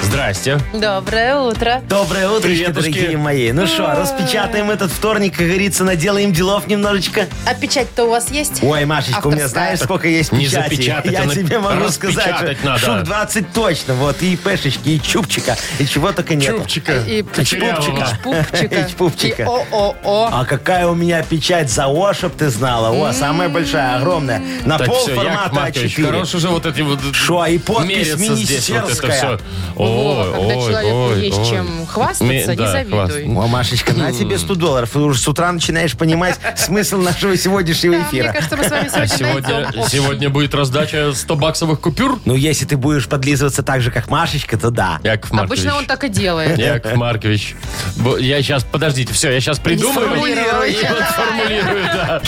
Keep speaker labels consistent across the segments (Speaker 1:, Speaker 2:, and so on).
Speaker 1: Здрасте.
Speaker 2: Доброе утро.
Speaker 3: Доброе утро,
Speaker 1: Приветушки.
Speaker 3: дорогие мои. Ну
Speaker 2: А.
Speaker 3: что, распечатаем этот вторник, как говорится, наделаем делов немножечко.
Speaker 2: А печать-то у вас есть?
Speaker 3: Ой, Машечка, у меня
Speaker 2: Авторская.
Speaker 3: знаешь, сколько есть
Speaker 1: Не
Speaker 3: печати?
Speaker 1: запечатать,
Speaker 3: Я
Speaker 1: а на-
Speaker 3: тебе могу сказать, что
Speaker 1: распечатать надо.
Speaker 3: штук 20 точно. Вот, и пешечки, и чупчика, и чего только нет.
Speaker 1: Чупчика.
Speaker 2: И
Speaker 1: Чупчика.
Speaker 2: Пупчика.
Speaker 3: И пупчика.
Speaker 2: И ООО.
Speaker 3: А какая у меня печать за О, чтоб ты знала.
Speaker 2: М-м.
Speaker 3: О, самая большая, огромная. На
Speaker 1: Так,
Speaker 3: пол
Speaker 1: все, Яков
Speaker 3: формата
Speaker 1: Маркович,
Speaker 3: А4.
Speaker 1: хорош уже вот эти вот...
Speaker 3: Шо, и подпись
Speaker 1: мериться здесь вот это
Speaker 3: министерская.
Speaker 1: все.
Speaker 2: Во, когда человеку есть чем хвастаться, не завидуй.
Speaker 3: О, Машечка, на тебе 100 долларов. И уже с утра начинаешь понимать смысл нашего сегодняшнего
Speaker 2: Мне
Speaker 3: эфира.
Speaker 2: кажется, мы с вами
Speaker 1: А
Speaker 2: сегодня, найдем
Speaker 1: сегодня,
Speaker 2: общий.
Speaker 1: сегодня будет раздача 100-баксовых купюр?
Speaker 3: Ну, если ты будешь подлизываться так же, как Машечка, то да.
Speaker 1: Яков Маркович.
Speaker 2: Обычно он так и делает.
Speaker 1: Яков Маркович. Бо- Я сейчас, подождите, все, я сейчас придумаю.
Speaker 2: сформулируй.
Speaker 1: И вот сформулирую, да.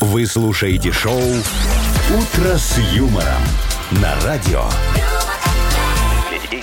Speaker 4: Вы слушаете шоу «Утро с юмором» на радио. Для детей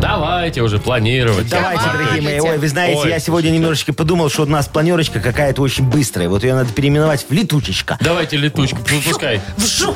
Speaker 1: Давайте уже планировать.
Speaker 3: Давайте,
Speaker 1: Яков
Speaker 3: дорогие мои. Ой, вы знаете,
Speaker 1: Ой,
Speaker 3: я сегодня немножечко подумал, что у нас планерочка какая-то очень быстрая. Вот ее надо переименовать в летучечка.
Speaker 1: Давайте летучку, пускай.
Speaker 3: Вот,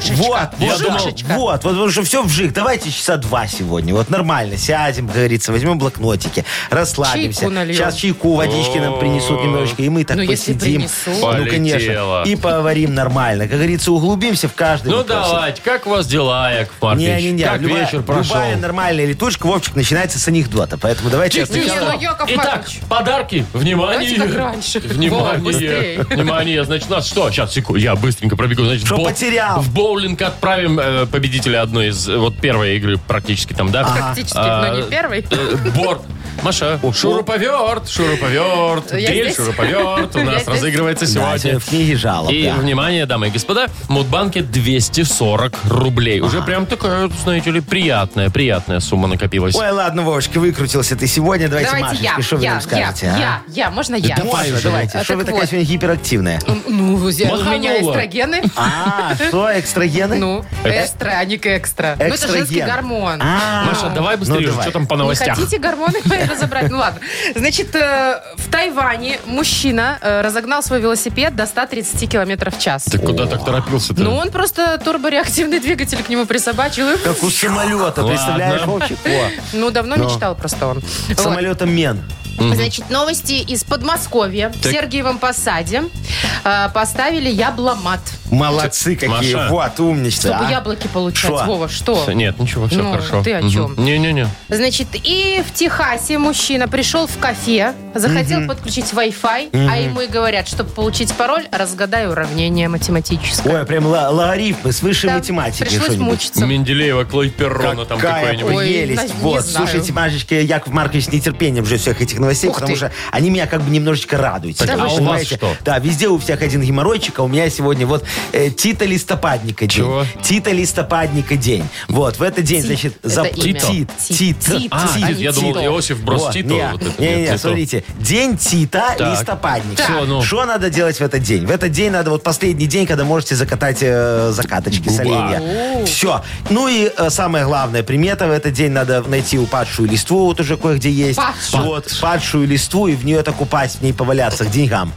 Speaker 1: Я
Speaker 3: вот,
Speaker 1: думал-
Speaker 3: вот, вот, потому что все вжик. Давайте часа два сегодня. Вот нормально, сядем, как говорится, возьмем блокнотики, расслабимся.
Speaker 2: Чайку нальем.
Speaker 3: Сейчас чайку, водички нам принесут немножечко, и мы так
Speaker 2: Ну, если
Speaker 3: посидим.
Speaker 2: принесут.
Speaker 3: Ну,
Speaker 1: Полетело.
Speaker 3: конечно. И поговорим нормально. Как говорится, углубимся в каждый
Speaker 1: Ну
Speaker 3: вопрос.
Speaker 1: давайте, как у вас дела, Яков Маркович?
Speaker 3: Не-не-не,
Speaker 1: Как
Speaker 3: любая,
Speaker 1: вечер прошел?
Speaker 3: любая нормальная летучка, Вовчик, начинается с анекдота. Поэтому давайте...
Speaker 1: Чисто
Speaker 3: сначала-
Speaker 2: Не, ну, Яков
Speaker 1: Итак,
Speaker 2: Маркович.
Speaker 1: подарки. Внимание.
Speaker 2: Давайте как раньше. Вот,
Speaker 1: Внимание.
Speaker 2: быстрее.
Speaker 1: Внимание. Значит, нас что? Сейчас, секунду. Я быстренько пробегу. Значит,
Speaker 3: Что потерял?
Speaker 1: В боулинг отправим э, победителя одной из э, вот первой игры практически там, да?
Speaker 2: Практически,
Speaker 3: А,
Speaker 2: но не первый.
Speaker 1: э, Борт. Маша, шуруповерт, шуруповерт,
Speaker 2: Я
Speaker 1: гель
Speaker 2: здесь.
Speaker 1: шуруповерт у
Speaker 2: Я
Speaker 1: нас
Speaker 2: здесь.
Speaker 1: разыгрывается
Speaker 3: Да,
Speaker 1: сегодня.
Speaker 3: в книге жалоб,
Speaker 1: И,
Speaker 3: да.
Speaker 1: внимание, дамы и господа, в Мудбанке 240 рублей. Уже прям такая, знаете ли, приятная, приятная сумма накопилась.
Speaker 3: Ой, ладно, Вовочка, выкрутился ты сегодня. Давайте,
Speaker 2: Давайте я,
Speaker 3: Машечка, что вы
Speaker 2: я,
Speaker 3: нам скажете?
Speaker 2: я,
Speaker 3: а?
Speaker 2: я, я, можно я?
Speaker 3: Маша, давайте,
Speaker 2: А,
Speaker 3: что вы
Speaker 2: так
Speaker 3: такая
Speaker 2: вот.
Speaker 3: сегодня гиперактивная?
Speaker 2: Ну, я- у меня
Speaker 1: Маханула.
Speaker 2: эстрогены.
Speaker 3: А, что, экстрагены?
Speaker 2: Ну,
Speaker 3: Э,
Speaker 2: эстра, а не экстра. Ну, это
Speaker 3: Экстраген.
Speaker 2: женский гормон.
Speaker 3: А,
Speaker 1: Маша, давай быстрее,
Speaker 3: давай.
Speaker 1: что там по новостях?
Speaker 2: Не хотите гормоны мои разобрать? Ну ладно. Значит, э, в Тайване мужчина э, разогнал свой велосипед до 130 километров в час.
Speaker 1: Ты куда так торопился-то?
Speaker 2: Ну, он просто турбореактивный двигатель к нему присобачил. и-
Speaker 3: Как у самолета, представляешь, Вовчик? О,
Speaker 2: Ну, давно мечтал просто он. Вот.
Speaker 3: самолета мен.
Speaker 2: Значит, новости из Подмосковья. В Сергиевом Посаде э, поставили ябломат,
Speaker 3: Молодцы какие,
Speaker 1: Маша.
Speaker 3: вот, умничка.
Speaker 2: чтобы
Speaker 3: а.
Speaker 2: яблоки получать.
Speaker 3: Шо?
Speaker 2: Вова, что?
Speaker 1: Всё, Нет, ничего, все
Speaker 2: Ну,
Speaker 1: хорошо.
Speaker 2: ты о чём?
Speaker 1: Мгм. Не-не-не.
Speaker 2: Значит, и в Техасе мужчина пришел в кафе, захотел подключить Wi-Fi, а ему и говорят, чтобы получить пароль, разгадай уравнение математическое.
Speaker 3: Ой, прям ло- логарифмы с высшей
Speaker 2: Да,
Speaker 3: математики
Speaker 2: Пришлось
Speaker 3: что-нибудь.
Speaker 2: мучиться.
Speaker 1: Менделеева, Клой Перрона там
Speaker 3: Какая
Speaker 1: какой-нибудь.
Speaker 2: Ой,
Speaker 3: прелесть.
Speaker 2: не
Speaker 3: вот,
Speaker 2: знаю.
Speaker 3: слушайте, Машечка, Яков Маркович с нетерпением же всех этих новостей,
Speaker 2: Ух
Speaker 3: потому
Speaker 2: ты.
Speaker 3: что они меня как бы немножечко радуют.
Speaker 1: Так,
Speaker 3: сегодня,
Speaker 1: а у вас
Speaker 3: понимаете?
Speaker 1: что?
Speaker 3: Да, везде у всех один геморройчик, а у меня сегодня вот э, Тита Листопадника день.
Speaker 1: Чего?
Speaker 3: Тита Листопадника день. Вот, в этот день,
Speaker 2: Тит
Speaker 3: значит,
Speaker 2: это
Speaker 3: зап-
Speaker 2: имя.
Speaker 3: Тит,
Speaker 2: Тит.
Speaker 3: Тит,
Speaker 2: Тит.
Speaker 1: А,
Speaker 2: Тит.
Speaker 1: я думал,
Speaker 2: Тито.
Speaker 1: Иосиф Брос
Speaker 3: Вот,
Speaker 1: Тито.
Speaker 3: не,
Speaker 1: вот это,
Speaker 3: не,
Speaker 1: нет,
Speaker 3: не,
Speaker 1: Тито.
Speaker 3: смотрите. День Тита
Speaker 1: Так.
Speaker 3: Листопадника.
Speaker 1: Всё, ну.
Speaker 3: Что надо делать в этот день? В этот день надо, вот последний день, когда можете закатать э, закаточки, соленья. Все. Ну и э, самое главное, примета в этот день надо найти упадшую листву, вот уже кое-где есть.
Speaker 2: Падшую.
Speaker 3: Вот, падшую листву и в нее так упасть, в ней поваляться к деньгам.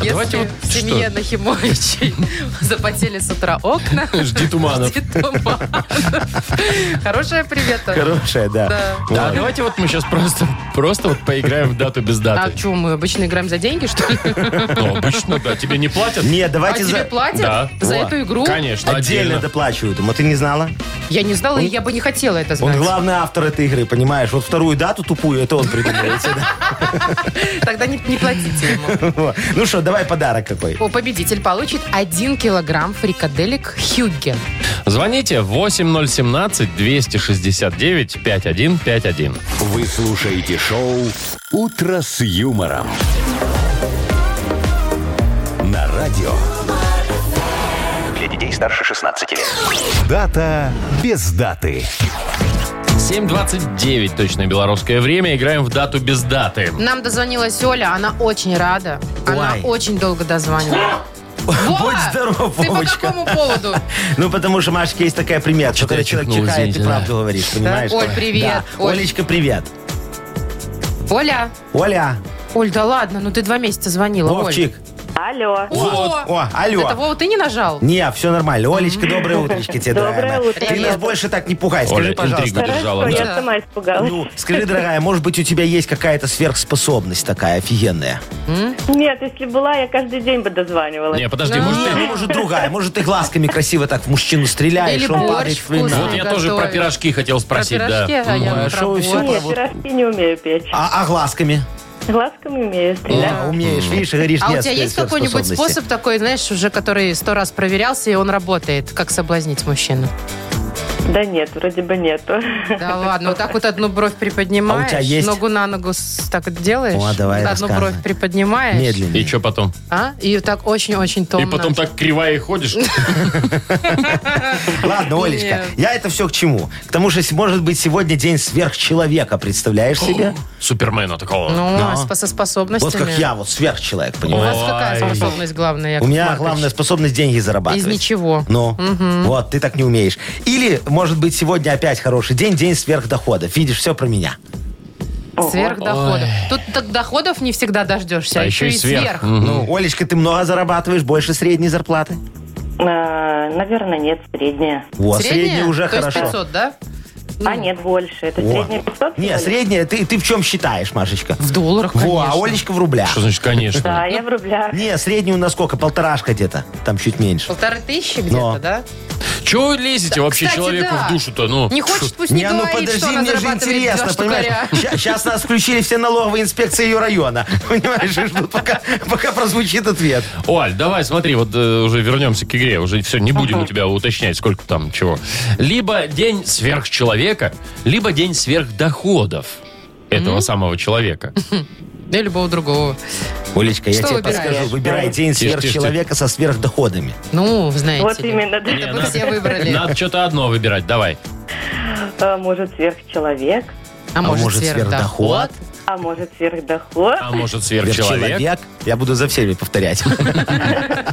Speaker 1: А давайте
Speaker 2: Если
Speaker 1: вот
Speaker 2: в семье
Speaker 1: что?
Speaker 2: Нахимовичей запотели с утра окна.
Speaker 1: Жди туманов.
Speaker 2: жди туманов. Хорошая примета.
Speaker 3: Хорошая, да.
Speaker 2: Да.
Speaker 1: Да, давайте вот мы сейчас просто, просто вот поиграем в дату без
Speaker 2: А
Speaker 1: даты.
Speaker 2: что, мы обычно играем за деньги, что ли?
Speaker 1: Ну, обычно, да, тебе не платят.
Speaker 3: Нет,
Speaker 2: А
Speaker 3: давайте
Speaker 2: тебе
Speaker 3: за...
Speaker 1: Да.
Speaker 2: платят за
Speaker 3: Во.
Speaker 2: эту игру?
Speaker 1: Конечно,
Speaker 3: Отдельно
Speaker 1: отдельно.
Speaker 3: доплачивают ему. Ты не знала?
Speaker 2: Я не знала, и я бы не хотела это
Speaker 3: Он
Speaker 2: знать.
Speaker 3: главный автор этой игры, понимаешь? Вот вторую дату тупую, это он придумал. эти, да.
Speaker 2: Тогда не не платите ему.
Speaker 3: Вот. Ну что, давай подарок какой.
Speaker 2: О, Победитель получит 1 килограмм фрикаделек Хюгген.
Speaker 1: Звоните 8017-269-5151.
Speaker 4: Вы слушаете шоу «Утро с юмором». На радио. Для детей старше 16 лет. Дата без даты.
Speaker 1: 7.29 точное белорусское время. Играем в дату без даты.
Speaker 2: Нам дозвонилась Оля, она очень рада. Она
Speaker 3: Ой.
Speaker 2: очень долго дозванивала. Вова,
Speaker 3: Будь здоров,
Speaker 2: Ты по
Speaker 3: Вовочка.
Speaker 2: какому поводу?
Speaker 3: Ну, потому что, Машечка, есть такая примета. что
Speaker 1: Что-то
Speaker 3: Когда
Speaker 1: я
Speaker 3: человек
Speaker 1: чихнул,
Speaker 3: чихает, ты
Speaker 1: извините, да.
Speaker 3: правду говоришь, понимаешь?
Speaker 2: Оль, привет.
Speaker 3: Да.
Speaker 2: Оль.
Speaker 3: Олечка, привет.
Speaker 2: Оля.
Speaker 3: Оля,
Speaker 2: Оль, да ладно, ну ты два месяца звонила, Оль.
Speaker 3: Вовчик.
Speaker 5: Алло.
Speaker 2: О,
Speaker 3: О,
Speaker 2: Это,
Speaker 3: алло. Ну,
Speaker 2: Вова, ты не нажал?
Speaker 3: Не, все нормально. Олечка, доброе утречко тебе,
Speaker 5: Доброе
Speaker 3: дорогая моя.
Speaker 5: утро,
Speaker 3: Ты нас
Speaker 5: ребята.
Speaker 3: больше так не пугай.
Speaker 1: Оля,
Speaker 3: Скажи, пожалуйста.
Speaker 1: интригу держала.
Speaker 5: Хорошо,
Speaker 1: да?
Speaker 5: я сама испугалась.
Speaker 3: Ну, скажи, дорогая, может быть, у тебя есть какая-то сверхспособность такая офигенная?
Speaker 5: Нет, если была, я каждый день бы дозванивалась.
Speaker 1: Не, подожди, может
Speaker 3: Ну,
Speaker 1: ты...
Speaker 3: может, другая. Может, ты глазками красиво так в мужчину стреляешь,
Speaker 2: Или
Speaker 3: он
Speaker 2: борщ
Speaker 3: падает. в вина.
Speaker 2: вкусный.
Speaker 1: Вот я тоже про
Speaker 2: Готовишь.
Speaker 1: пирожки хотел
Speaker 2: Ну, Про
Speaker 1: спросить, да.
Speaker 2: пирожки, а я
Speaker 3: Ну,
Speaker 2: про
Speaker 3: а шо вы всё
Speaker 2: борщ.
Speaker 5: Нет,
Speaker 3: вот-
Speaker 5: пирожки не умею печь.
Speaker 3: А, а глазками?
Speaker 5: Глазками умею стрелять.
Speaker 3: А, умеешь, видишь, говоришь,
Speaker 2: А у
Speaker 3: нет
Speaker 2: тебя есть какой-нибудь
Speaker 3: сверхспособности.
Speaker 2: способ такой, знаешь, уже который сто раз проверялся, и он работает? Как соблазнить мужчину?
Speaker 3: Ну.
Speaker 5: Да нет, вроде бы нету.
Speaker 2: Да ладно, вот так вот одну бровь приподнимаешь,
Speaker 3: А у тебя есть?
Speaker 2: ногу на ногу с- так вот делаешь,
Speaker 3: О, давай,
Speaker 2: одну
Speaker 3: рассказывай.
Speaker 2: бровь приподнимаешь,
Speaker 3: Медленнее.
Speaker 1: И что потом?
Speaker 2: а? и так очень-очень томно.
Speaker 1: И потом так кривая и ходишь.
Speaker 3: Ладно, Олечка,
Speaker 2: Нет.
Speaker 3: я это все к чему? К тому, что, с- может быть, сегодня день сверхчеловека, представляешь себе?
Speaker 1: Супермена такого.
Speaker 2: Ну,
Speaker 3: Да.
Speaker 2: а с- со способностями.
Speaker 3: Вот как я, вот сверхчеловек,
Speaker 2: У
Speaker 3: понимаешь?
Speaker 2: вас какая
Speaker 1: Ой.
Speaker 2: способность главная,
Speaker 3: У
Speaker 2: Яков
Speaker 3: меня
Speaker 2: Маркович?
Speaker 3: главная способность деньги зарабатывать.
Speaker 2: Из ничего.
Speaker 3: Ну, вот, ты так не умеешь. Или, может быть, сегодня опять хороший день, день сверхдоходов. Видишь, все про меня.
Speaker 2: Сверхдоходы. Тут так доходов не всегда дождешься, а, еще и сверх.
Speaker 1: Мгм.
Speaker 3: Ну, Олечка, ты много зарабатываешь, больше средней зарплаты.
Speaker 5: А, наверное, нет, средняя.
Speaker 3: Вот,
Speaker 2: Средняя?
Speaker 3: средняя а уже
Speaker 2: То есть
Speaker 3: хорошо.
Speaker 2: 500, да?
Speaker 5: А нет, больше. Это
Speaker 3: Во.
Speaker 5: средняя 500? всего
Speaker 3: Ну. Не,
Speaker 5: лишь?
Speaker 3: средняя, ты, ты в чем считаешь, Машечка?
Speaker 2: В долларах,
Speaker 3: Во, а
Speaker 2: конечно.
Speaker 3: Олечка в рублях.
Speaker 1: Что значит,
Speaker 5: Да,
Speaker 1: конечно?
Speaker 5: я в рублях.
Speaker 3: Не, среднюю на сколько? Полторашка где-то. Там чуть меньше.
Speaker 2: Полторы тысячи где-то,
Speaker 3: Но.
Speaker 2: да?
Speaker 1: Чего вы лезете вообще
Speaker 2: Кстати,
Speaker 1: человеку
Speaker 2: да.
Speaker 1: в душу-то? Ну,
Speaker 2: Не хочет, пусть не,
Speaker 3: Не,
Speaker 2: говорит,
Speaker 3: ну подожди,
Speaker 2: что она
Speaker 3: мне же
Speaker 2: зарабатывает
Speaker 3: интересно,
Speaker 2: два штукаря.
Speaker 3: понимаешь? Сейчас нас включили все налоговые инспекции ее района. Понимаешь, и ждут, пока, пока прозвучит ответ.
Speaker 1: Оль, давай, смотри, вот э, уже вернемся к игре, уже все, не будем у тебя уточнять, сколько там чего. Либо день сверхчеловека, либо день сверхдоходов этого самого человека.
Speaker 2: Да и любого другого.
Speaker 3: Олечка, я
Speaker 2: Что
Speaker 3: тебе
Speaker 2: выбираешь?
Speaker 3: подскажу. Выбирай день
Speaker 1: Тише, тише,
Speaker 3: сверхчеловека со сверхдоходами.
Speaker 2: Ну, вы знаете
Speaker 5: Вот
Speaker 2: ли.
Speaker 5: именно, да.
Speaker 2: Это
Speaker 3: ну.
Speaker 2: бы все выбрали.
Speaker 1: Надо что-то одно выбирать, давай.
Speaker 5: А может сверхчеловек,
Speaker 2: А, может, сверхдоход?
Speaker 5: а может сверхдоход.
Speaker 1: А может сверхчеловек?
Speaker 3: Я буду за всеми повторять.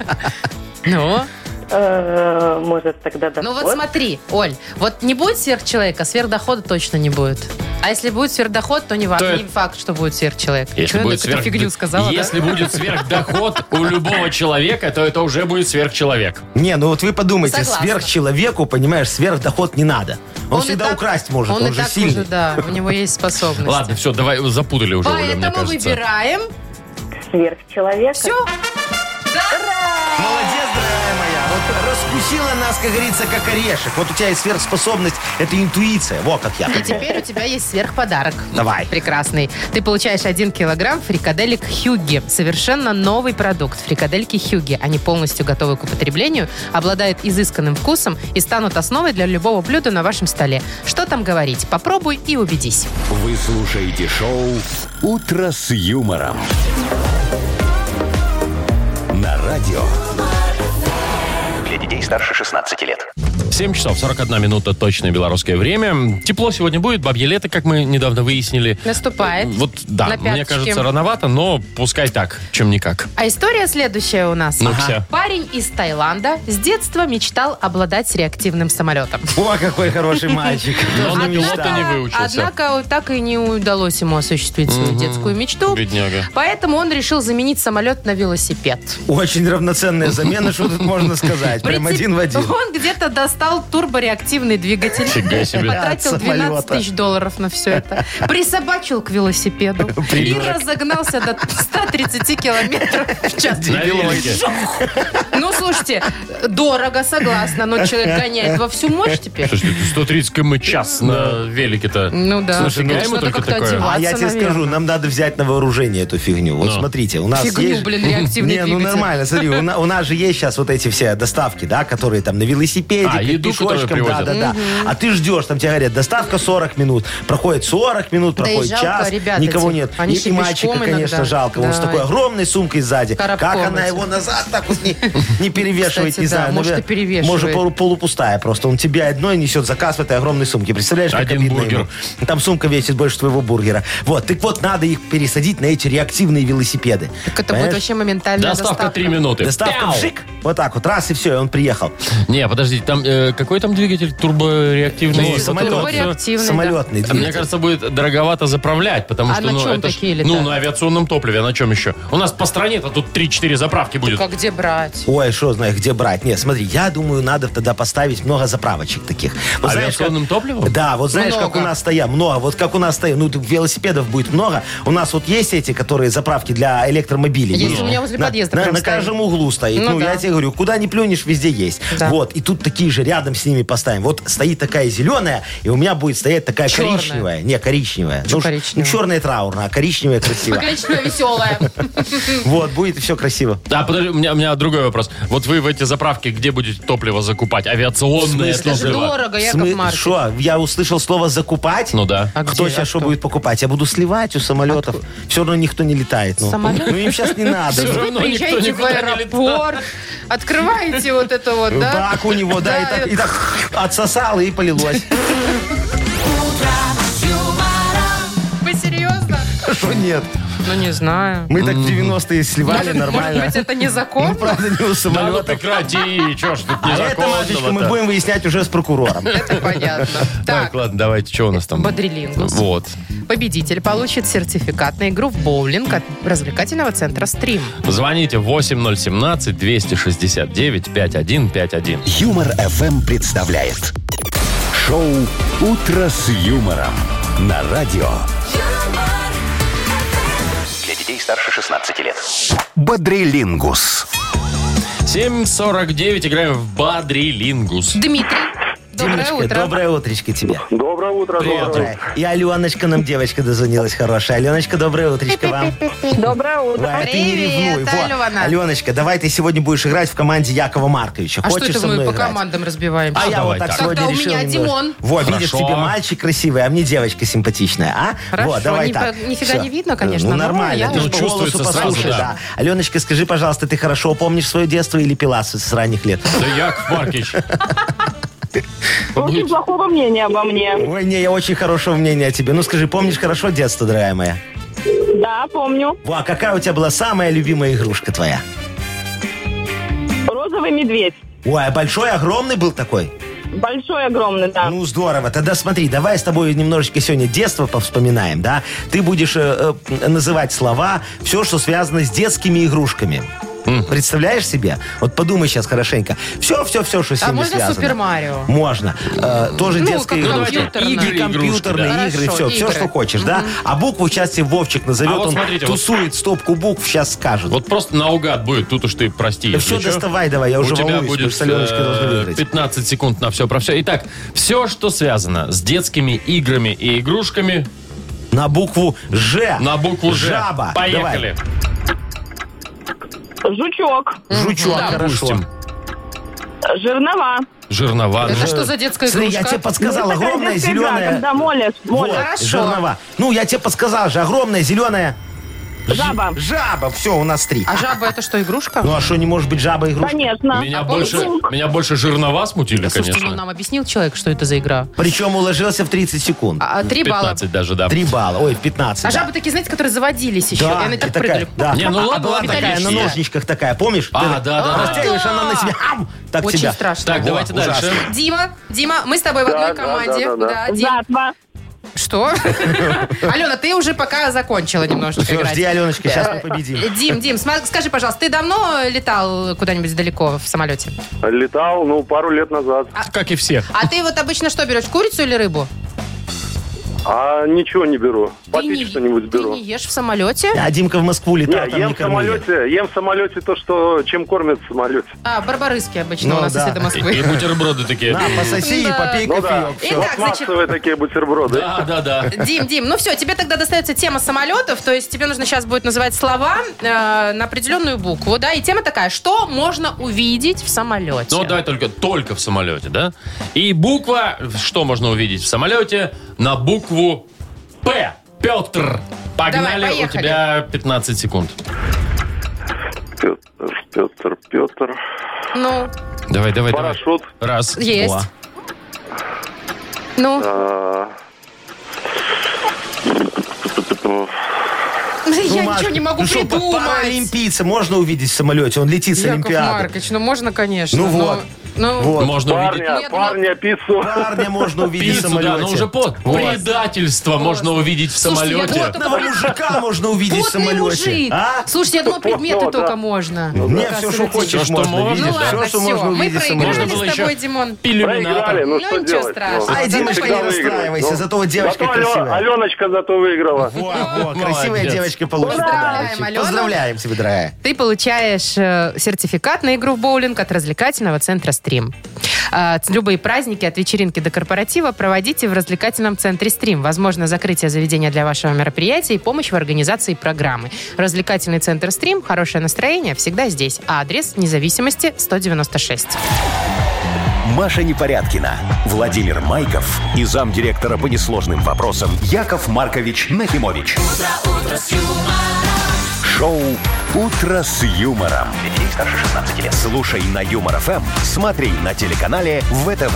Speaker 2: Ну,
Speaker 5: Э, Может тогда доход.
Speaker 2: ну вот смотри, Оль, вот не будет сверхчеловека, сверхдохода точно не будет. А если будет сверхдоход, то не, ва-
Speaker 1: То
Speaker 2: не факт, что будет сверхчеловек. Чё я такую
Speaker 1: сверх-
Speaker 2: фигню сказала, да?
Speaker 1: Если будет сверхдоход у любого человека, то это уже будет сверхчеловек.
Speaker 3: Не, ну вот вы подумайте,
Speaker 2: Согласна.
Speaker 3: сверхчеловеку, понимаешь, сверхдоход не надо. Он,
Speaker 2: и
Speaker 3: всегда
Speaker 2: так-
Speaker 3: украсть может, он,
Speaker 2: и
Speaker 3: же
Speaker 2: так
Speaker 3: сильный.
Speaker 2: уже, да, у него есть способность.
Speaker 1: Ладно, все, давай, запутали уже, Оля, мне
Speaker 2: Поэтому
Speaker 1: кажется.
Speaker 2: выбираем.
Speaker 5: Сверхчеловек.
Speaker 2: Все.
Speaker 3: Молодец, дорогая моя. Вот раскусила нас, как говорится, как орешек. Вот у тебя есть сверхспособность, это интуиция. Во, как я.
Speaker 2: И теперь у тебя есть сверхподарок.
Speaker 3: Давай.
Speaker 2: Прекрасный. Ты получаешь 1 килограмм фрикаделек Хьюги. Совершенно новый продукт. Фрикадельки Хьюги. Они полностью готовы к употреблению, обладают изысканным вкусом и станут основой для любого блюда на вашем столе. Что там говорить? Попробуй и убедись.
Speaker 4: Вы слушаете шоу «Утро с юмором». На радио.
Speaker 6: Для детей старше 16 лет.
Speaker 1: 7 часов 41 минута точное белорусское время. Тепло сегодня будет, бабье лето, как мы недавно выяснили.
Speaker 2: Наступает.
Speaker 1: Вот, да,
Speaker 2: На
Speaker 1: мне
Speaker 2: пяточки.
Speaker 1: кажется, рановато, но пускай так, чем никак.
Speaker 2: А история следующая у нас.
Speaker 1: Ну, вся.
Speaker 2: Парень из Таиланда с детства мечтал обладать реактивным самолетом. А,
Speaker 3: О, какой хороший мальчик.
Speaker 1: Но на
Speaker 3: Тоже
Speaker 1: пилота
Speaker 3: мечта.
Speaker 1: не выучился.
Speaker 2: Однако вот так и не удалось ему осуществить свою детскую мечту.
Speaker 1: Бедняга.
Speaker 2: Поэтому он решил заменить самолет на велосипед.
Speaker 3: Очень равноценная замена, что тут можно сказать. Прям
Speaker 2: Прицеп-
Speaker 3: один в один.
Speaker 2: Он где-то достал турбореактивный двигатель.
Speaker 1: Фига себе.
Speaker 2: Потратил
Speaker 3: От самолета.
Speaker 2: 12 тысяч долларов на все это. Присобачил к велосипеду. И
Speaker 1: Придурок.
Speaker 2: разогнался до 130 километров в час.
Speaker 1: На велике.
Speaker 2: Ну, слушайте, дорого, согласна, но человек гоняет во всю мощь теперь.
Speaker 1: Слушай, ты 130 км час на велике-то.
Speaker 2: Ну да.
Speaker 1: Слушай,
Speaker 2: Фига,
Speaker 1: а ему
Speaker 2: надо
Speaker 1: только
Speaker 2: как-то
Speaker 1: такое.
Speaker 2: одеваться,
Speaker 3: А я тебе
Speaker 2: наверное.
Speaker 3: скажу, нам надо взять на вооружение эту фигню. Вот
Speaker 1: Ну.
Speaker 3: смотрите, у нас
Speaker 2: Фигню,
Speaker 3: есть...
Speaker 2: блин, реактивный
Speaker 3: Не, ну
Speaker 2: двигатель.
Speaker 3: нормально, смотри, у, на- у нас же есть сейчас вот эти все доставки, да, которые там на велосипеде,
Speaker 1: А,
Speaker 3: как
Speaker 1: еду, которую
Speaker 3: пешочком, да,
Speaker 1: привозят.
Speaker 3: да, да. А ты ждешь, там тебе говорят, доставка 40 минут, проходит 40 минут,
Speaker 2: Да и
Speaker 3: проходит
Speaker 2: жалко
Speaker 3: час,
Speaker 2: ребят
Speaker 3: никого
Speaker 2: этих.
Speaker 3: нет.
Speaker 2: Они
Speaker 3: и, и
Speaker 2: щебечком
Speaker 3: мальчика, конечно,
Speaker 2: иногда.
Speaker 3: жалко. Он с
Speaker 2: Да.
Speaker 3: такой огромной сумкой сзади.
Speaker 2: Коробком
Speaker 3: как она
Speaker 2: этим.
Speaker 3: его назад так вот не, не перевешивает,
Speaker 2: Кстати,
Speaker 3: не
Speaker 2: да,
Speaker 3: знаю.
Speaker 2: может, и
Speaker 3: наверное,
Speaker 2: перевешивает.
Speaker 3: Может, полу- полупустая просто. Он тебе одной несет заказ в этой огромной сумке. Представляешь, как
Speaker 1: Один
Speaker 3: обидно
Speaker 1: бургер.
Speaker 3: ему. Там сумка весит больше твоего бургера. Вот, так вот, надо их пересадить на эти реактивные велосипеды.
Speaker 2: Так это будет
Speaker 3: Понимаешь?
Speaker 2: вообще моментальная
Speaker 1: Доставка 3 минуты.
Speaker 3: Доставка
Speaker 1: Пяу!
Speaker 3: вжик, вот так вот, раз и все, и он приехал.
Speaker 1: Не, подожди, там э, какой там двигатель турбореактивный?
Speaker 3: Ну,
Speaker 1: Вот
Speaker 3: самолет.
Speaker 1: это вот всё.
Speaker 2: Турбореактивный. Активный, да.
Speaker 3: Самолетный
Speaker 1: А Мне
Speaker 3: двигатель.
Speaker 1: кажется, будет дороговато заправлять, потому
Speaker 2: А
Speaker 1: что
Speaker 2: на
Speaker 1: ну,
Speaker 2: чем
Speaker 1: это ж-
Speaker 2: такие летают?
Speaker 1: ну, на авиационном топливе, а на чем еще? У нас по стране-то тут 3-4 заправки будет.
Speaker 2: Как где брать?
Speaker 3: Ой, что знаю, где брать. Нет, смотри, я думаю, надо тогда поставить много заправочек таких. Вот знаешь, как-
Speaker 1: Авиационным топливом?
Speaker 3: Да, вот знаешь, как
Speaker 2: Много.
Speaker 3: у нас стоят, много, вот как у нас стоят, ну, велосипедов будет много. У нас вот есть эти, которые заправки для электромобилей.
Speaker 2: Есть,
Speaker 3: Ну.
Speaker 2: у меня возле
Speaker 3: На-
Speaker 2: подъезда
Speaker 3: На,
Speaker 2: прям
Speaker 3: на
Speaker 2: стоит.
Speaker 3: каждом углу стоит.
Speaker 2: Ну
Speaker 3: Ну,
Speaker 2: да.
Speaker 3: я тебе говорю, куда не плюнешь, везде есть.
Speaker 2: Да.
Speaker 3: Вот, и тут такие же рядом с ними поставим. Вот стоит такая зеленая, и у меня будет стоять такая
Speaker 2: Чёрная.
Speaker 3: коричневая. Не, коричневая.
Speaker 2: Чё
Speaker 3: Ну, ш-
Speaker 2: коричневая?
Speaker 3: Ну, черная траурная, а коричневая красивая.
Speaker 2: Покличная веселая.
Speaker 3: Вот, будет все красиво.
Speaker 2: а-
Speaker 1: Да, А, подожди, у меня, у меня другой вопрос. Вот вы в эти заправки где будете топливо закупать? Авиационное
Speaker 3: В смысле?
Speaker 2: Это же
Speaker 1: топливо.
Speaker 2: дорого, Яков Маркович.
Speaker 3: Что, я услышал слово «закупать»?
Speaker 1: Ну да.
Speaker 2: А где,
Speaker 3: кто
Speaker 2: а
Speaker 3: сейчас что
Speaker 2: кто?
Speaker 3: будет покупать? Я буду сливать у самолетов. Все равно никто не летает. Ну,
Speaker 2: Самолет?
Speaker 3: ну им сейчас не надо.
Speaker 1: Всё
Speaker 3: Ну,
Speaker 1: равно никто
Speaker 2: Приезжаете в
Speaker 1: никуда не
Speaker 2: аэропорт, открываете вот это вот, да?
Speaker 3: Бак у него, да, и так- и так отсосало и полилось.
Speaker 2: Вы серьезно?
Speaker 3: Что нет?
Speaker 2: Ну, не знаю.
Speaker 3: Мы так в 90-е сливали
Speaker 2: Может
Speaker 3: нормально.
Speaker 2: быть, это
Speaker 3: Ну,
Speaker 2: незаконно?
Speaker 3: правда, не у
Speaker 1: Да ну
Speaker 3: самолетов.
Speaker 1: прекрати, чё ж тут
Speaker 3: А это, Машечка, мы
Speaker 1: незаконного
Speaker 3: будем выяснять уже с прокурором.
Speaker 2: Это понятно.
Speaker 1: Так,
Speaker 2: Так,
Speaker 1: ладно, давайте, что у нас там?
Speaker 2: Бодрилингус.
Speaker 1: Вот.
Speaker 2: победитель получит сертификат на игру в боулинг от развлекательного центра «Стрим».
Speaker 1: Звоните 8017-269-5151.
Speaker 4: Юмор FM представляет шоу Утро с юмором на радио
Speaker 6: Для детей старше 16 лет.
Speaker 4: Бадрилингус.
Speaker 1: 7.49, играем в Бадрилингус.
Speaker 2: Дмитрий, доброе
Speaker 3: Димочка,
Speaker 2: утро.
Speaker 3: Э, доброе утречко тебе.
Speaker 7: Доброе утро.
Speaker 1: Привет.
Speaker 7: доброе
Speaker 3: Доброе. И Аленочка нам девочка дозвонилась хорошая. Аленочка, доброе утречко вам.
Speaker 5: Доброе утро.
Speaker 3: Ой, а ты не
Speaker 2: Привет,
Speaker 3: ревнуй. Во.
Speaker 2: Алена.
Speaker 3: Аленочка, давай ты сегодня будешь играть в команде Якова Марковича.
Speaker 2: А что
Speaker 3: Хочешь
Speaker 2: это
Speaker 3: со мной
Speaker 2: мы по
Speaker 3: играть?
Speaker 2: командам разбиваемся?
Speaker 3: А я
Speaker 1: давай
Speaker 3: вот так
Speaker 1: так.
Speaker 3: сегодня
Speaker 2: Тогда у
Speaker 3: решил
Speaker 2: меня
Speaker 3: немножко.
Speaker 2: Димон.
Speaker 3: Во, видишь,
Speaker 1: Хорошо.
Speaker 3: тебе мальчик красивый, а мне девочка симпатичная, а?
Speaker 2: Хорошо,
Speaker 3: вот, давай
Speaker 2: ни-
Speaker 3: так.
Speaker 2: по- нифига
Speaker 3: Всё.
Speaker 2: не видно, конечно,
Speaker 3: Ну,
Speaker 2: но я
Speaker 3: нормально, ты
Speaker 2: Ну,
Speaker 3: же по голосу
Speaker 1: чувствуется сразу,
Speaker 3: послушай,
Speaker 1: да.
Speaker 3: да. Аленочка, скажи, пожалуйста, ты хорошо помнишь свое детство или пила с с ранних лет?
Speaker 1: Да Яков Маркич.
Speaker 5: Очень плохого мнения обо мне.
Speaker 3: Ой, не, я очень хорошего мнения о тебе. Ну, скажи, помнишь хорошо детство, дорогая моя?
Speaker 5: Да, помню.
Speaker 3: Во, а какая у тебя была самая любимая игрушка твоя?
Speaker 5: Розовый медведь.
Speaker 3: Ой, а большой, огромный был такой?
Speaker 5: Большой, огромный, да.
Speaker 3: Ну, здорово. Тогда смотри, давай с тобой немножечко сегодня детство повспоминаем, да? Ты будешь э, э, называть слова, все, что связано с детскими игрушками. Представляешь себе? Вот подумай сейчас хорошенько. Все, все, все, что с
Speaker 2: А
Speaker 3: ними
Speaker 2: можно
Speaker 3: связано.
Speaker 2: Супер Марио?
Speaker 3: Можно. Э, тоже
Speaker 2: Ну,
Speaker 3: детская
Speaker 2: как
Speaker 3: игрушка.
Speaker 2: компьютерная.
Speaker 3: Игры, компьютерные
Speaker 1: игрушки,
Speaker 2: да.
Speaker 3: игры,
Speaker 2: Хорошо,
Speaker 3: все, все,
Speaker 2: игры.
Speaker 3: что хочешь, да? А букву сейчас тебе Вовчик назовет,
Speaker 1: А вот
Speaker 3: он
Speaker 1: смотрите, вот-
Speaker 3: тусует стопку букв, сейчас скажет.
Speaker 1: Вот просто наугад будет, тут уж ты прости.
Speaker 3: Да
Speaker 1: если
Speaker 3: все,
Speaker 1: чё.
Speaker 3: доставай давай, я
Speaker 1: У
Speaker 3: уже
Speaker 1: тебя
Speaker 3: волнуюсь, потому
Speaker 1: будет
Speaker 3: что Аленочка должна
Speaker 1: э,
Speaker 3: выиграть.
Speaker 1: 15 секунд на все про все. Итак, все, что связано с детскими играми и игрушками,
Speaker 3: На букву Ж.
Speaker 1: на букву Ж.
Speaker 3: Жаба.
Speaker 1: Поехали.
Speaker 5: Жучок.
Speaker 3: Давай. Жучок, хорошо.
Speaker 1: Допустим,
Speaker 5: Жирнова.
Speaker 1: жирнова.
Speaker 2: Это
Speaker 1: ну,
Speaker 2: что за детская
Speaker 3: Смотри, я
Speaker 2: игрушка? Ну,
Speaker 3: тебе подсказал,
Speaker 5: Такая
Speaker 3: огромная
Speaker 5: детская игра,
Speaker 3: зеленая...
Speaker 5: Когда молят,
Speaker 3: Вот,
Speaker 5: молят.
Speaker 2: Хорошо.
Speaker 3: жернова. Ну, я тебе подсказал же, огромная зеленая...
Speaker 5: Жаба.
Speaker 3: Жаба, все, у нас три.
Speaker 2: А жаба это что, игрушка?
Speaker 3: Ну, а что, не может быть жаба игрушка?
Speaker 5: Конечно.
Speaker 1: Меня,
Speaker 2: А
Speaker 1: больше,
Speaker 5: паук?
Speaker 1: меня больше жирнова смутили,
Speaker 2: Слушайте, ну
Speaker 1: конечно.
Speaker 2: нам объяснил человек, что это за игра.
Speaker 3: Причем уложился в 30 секунд.
Speaker 2: А, а, три балла.
Speaker 1: 15 даже, да.
Speaker 3: Три балла. Ой, в 15,
Speaker 2: А
Speaker 3: да.
Speaker 2: жабы такие, знаете, которые заводились еще.
Speaker 3: Да,
Speaker 2: и они
Speaker 3: и
Speaker 2: так
Speaker 3: такая,
Speaker 2: прыгали.
Speaker 3: да.
Speaker 1: Не, ну
Speaker 3: А
Speaker 1: ладно,
Speaker 3: была
Speaker 1: ладно,
Speaker 3: такая на
Speaker 1: есть.
Speaker 3: ножничках такая, помнишь?
Speaker 1: А,
Speaker 3: Ты
Speaker 1: да,
Speaker 3: так
Speaker 1: да, да.
Speaker 3: Растягиваешь, она на себя, ам, так
Speaker 2: Очень
Speaker 3: тебя.
Speaker 2: страшно.
Speaker 1: Так,
Speaker 3: Во,
Speaker 1: давайте
Speaker 3: ужасно.
Speaker 1: дальше.
Speaker 2: Дима, Дима, мы с тобой в одной
Speaker 7: Да, да,
Speaker 2: команде.
Speaker 7: да, да, да.
Speaker 2: Дим.
Speaker 5: Жатва.
Speaker 2: Что? Алена, ты уже пока закончила немножечко
Speaker 3: Все,
Speaker 2: играть.
Speaker 3: жди, Аленочка, сейчас мы победим.
Speaker 2: Э, Дим, Дим, сма- скажи, пожалуйста, ты давно летал куда-нибудь далеко в самолете?
Speaker 7: Летал, ну, пару лет назад.
Speaker 1: Как и все.
Speaker 2: А ты вот обычно что берешь, курицу или рыбу?
Speaker 7: А ничего не беру.
Speaker 2: ты не,
Speaker 7: Попить что-нибудь
Speaker 2: ты
Speaker 7: беру.
Speaker 2: не ешь в самолете?
Speaker 3: А Димка в Москву
Speaker 7: Не,
Speaker 3: летал, там
Speaker 7: ем
Speaker 3: не
Speaker 7: в
Speaker 3: кормили.
Speaker 7: самолете, ем в самолете то, что чем кормят в самолете.
Speaker 2: А, барбарыски обычно
Speaker 3: Ну
Speaker 2: у нас,
Speaker 3: да.
Speaker 2: если до
Speaker 1: И,
Speaker 2: Москвы.
Speaker 1: и бутерброды такие.
Speaker 3: На, пососи и
Speaker 2: Да. Э,
Speaker 3: попей
Speaker 7: Ну да,
Speaker 3: кофеек. всё.
Speaker 2: Итак, значит-
Speaker 7: пластмассовые такие бутерброды.
Speaker 1: Да, да, да.
Speaker 2: Дим, Дим, ну все, тебе тогда достается тема самолетов, то есть тебе нужно сейчас будет называть слова э, на определенную букву, да, и тема такая, что можно увидеть в самолете.
Speaker 1: Ну, давай только, только в самолете, да? И буква, что можно увидеть в самолете, на букву П. Петр. Погнали,
Speaker 2: Давай,
Speaker 1: у
Speaker 2: поехали.
Speaker 1: тебя 15 секунд.
Speaker 7: Петр, Петр, Петр.
Speaker 2: Ну,
Speaker 1: Давай, давай,
Speaker 7: Парашют.
Speaker 1: давай. Раз.
Speaker 2: есть.
Speaker 3: О.
Speaker 2: Ну,
Speaker 7: а,
Speaker 2: я
Speaker 3: Ну, Маш,
Speaker 2: ничего не могу
Speaker 3: ну что, па-
Speaker 2: придумать.
Speaker 3: паралимпийца можно увидеть в самолете, он летит с
Speaker 2: Яков
Speaker 3: Олимпиады.
Speaker 2: Маркович, ну можно, конечно.
Speaker 3: Ну
Speaker 2: но-
Speaker 3: вот.
Speaker 2: Ну,
Speaker 3: Вот.
Speaker 1: Можно увидеть
Speaker 7: Парня,
Speaker 2: Нет, ну-
Speaker 7: парня, пиццу.
Speaker 3: Парня можно увидеть в
Speaker 1: пиццу,
Speaker 3: самолете.
Speaker 1: да, но уже под. Предательство можно увидеть в
Speaker 2: Слушайте, я
Speaker 1: самолете.
Speaker 2: думала,
Speaker 3: Одного мужика можно увидеть в
Speaker 2: Потный
Speaker 3: самолете.
Speaker 2: мужик.
Speaker 3: А? Ну,
Speaker 2: Слушайте, я думала, предметы
Speaker 7: да.
Speaker 2: только можно.
Speaker 3: Не, все, что
Speaker 2: Оказывается,
Speaker 3: хочешь,
Speaker 1: что
Speaker 3: можно,
Speaker 1: можно.
Speaker 3: видишь.
Speaker 2: Ну
Speaker 3: все,
Speaker 2: ладно,
Speaker 3: что
Speaker 2: все,
Speaker 3: можно
Speaker 2: мы
Speaker 3: увидеть
Speaker 2: проиграли
Speaker 3: в самолете.
Speaker 1: Можно было
Speaker 2: с тобой,
Speaker 1: еще-
Speaker 2: Димон.
Speaker 7: Проиграли,
Speaker 1: Иллюминатор.
Speaker 7: ну,
Speaker 2: Ну,
Speaker 7: что
Speaker 2: ничего
Speaker 7: делать?
Speaker 2: страшного.
Speaker 3: Ай,
Speaker 7: всегда
Speaker 3: Димочка, не
Speaker 7: выигрывают.
Speaker 3: расстраивайся,
Speaker 7: Ну,
Speaker 3: зато вот девочка
Speaker 7: зато Алё-
Speaker 3: красивая.
Speaker 7: Аленочка зато выиграла.
Speaker 3: Во, во, красивая
Speaker 1: Молодец.
Speaker 3: девочка получит
Speaker 2: Поздравляем,
Speaker 3: подарочек.
Speaker 2: Алену.
Speaker 3: Поздравляем тебя, дорогая.
Speaker 2: Ты получаешь э, сертификат на игру в боулинг от развлекательного центра «Стрим». А, ц- Любые праздники от вечеринки до корпоратива проводите в развлекательном центре «Стрим». Возможно, закрытие заведения для вашего мероприятия и помощь в организации программы. Развлекательный центр «Стрим», хорошее настроение всегда здесь. А Адрес независимости 196.
Speaker 4: Маша Непорядкина, Владимир Майков и замдиректора по несложным вопросам Яков Маркович Нахимович. Шоу Утро с юмором. Детей старше 16 лет. Слушай на юмор ФМ, смотри на телеканале ВТВ.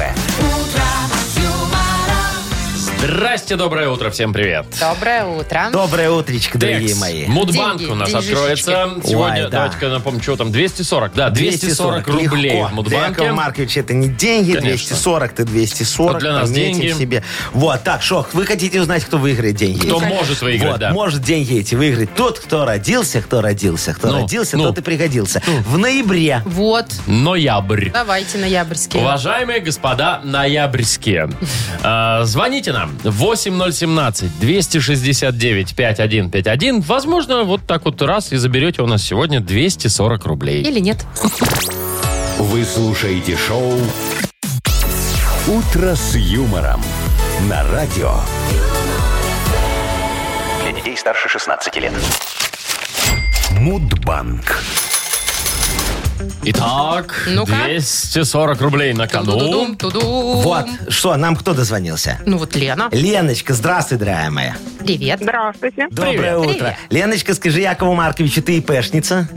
Speaker 1: Здрасте, доброе утро, всем привет.
Speaker 2: Доброе утро.
Speaker 3: Доброе утречко, дорогие
Speaker 1: Текс.
Speaker 3: мои.
Speaker 1: Мудбанк
Speaker 2: Деньги,
Speaker 1: у нас
Speaker 2: деньжищечки.
Speaker 1: откроется. Сегодня,
Speaker 3: да.
Speaker 1: давайте-ка напомню, что там, 240, да, 240, рублей
Speaker 3: легко.
Speaker 1: в
Speaker 3: Для
Speaker 1: Мудбанке.
Speaker 3: Якова Марковича это не деньги,
Speaker 1: Конечно.
Speaker 3: 240, ты 240.
Speaker 1: Вот для нас
Speaker 3: пометим
Speaker 1: деньги.
Speaker 3: себе. Вот, так, что, вы хотите узнать, кто выиграет деньги?
Speaker 1: Кто
Speaker 3: эти?
Speaker 1: может выиграть,
Speaker 3: Вот,
Speaker 1: да.
Speaker 3: Может деньги эти выиграть тот, кто родился, кто родился, кто
Speaker 1: Ну,
Speaker 3: родился,
Speaker 1: ну.
Speaker 3: тот и пригодился. В ноябре.
Speaker 2: Вот.
Speaker 1: Ноябрь.
Speaker 2: Давайте ноябрьские.
Speaker 1: Уважаемые господа ноябрьские, э, звоните нам 8017-269-5151. Возможно, вот так вот раз и заберете у нас сегодня 240 рублей.
Speaker 2: Или нет?
Speaker 4: Вы слушаете шоу «Утро с юмором» на радио.
Speaker 6: Для детей старше 16 лет.
Speaker 4: Мудбанк.
Speaker 1: Итак,
Speaker 2: Ну-ка.
Speaker 1: 240 рублей на кону.
Speaker 2: Тудудум, тудум.
Speaker 3: Вот, что, нам кто дозвонился?
Speaker 2: Ну вот Лена.
Speaker 3: Леночка, здравствуй, дорогая моя.
Speaker 2: Привет.
Speaker 5: Здравствуйте.
Speaker 3: Доброе
Speaker 1: Привет.
Speaker 3: утро. Леночка, скажи, Якову Марковичу, ты ИПшница?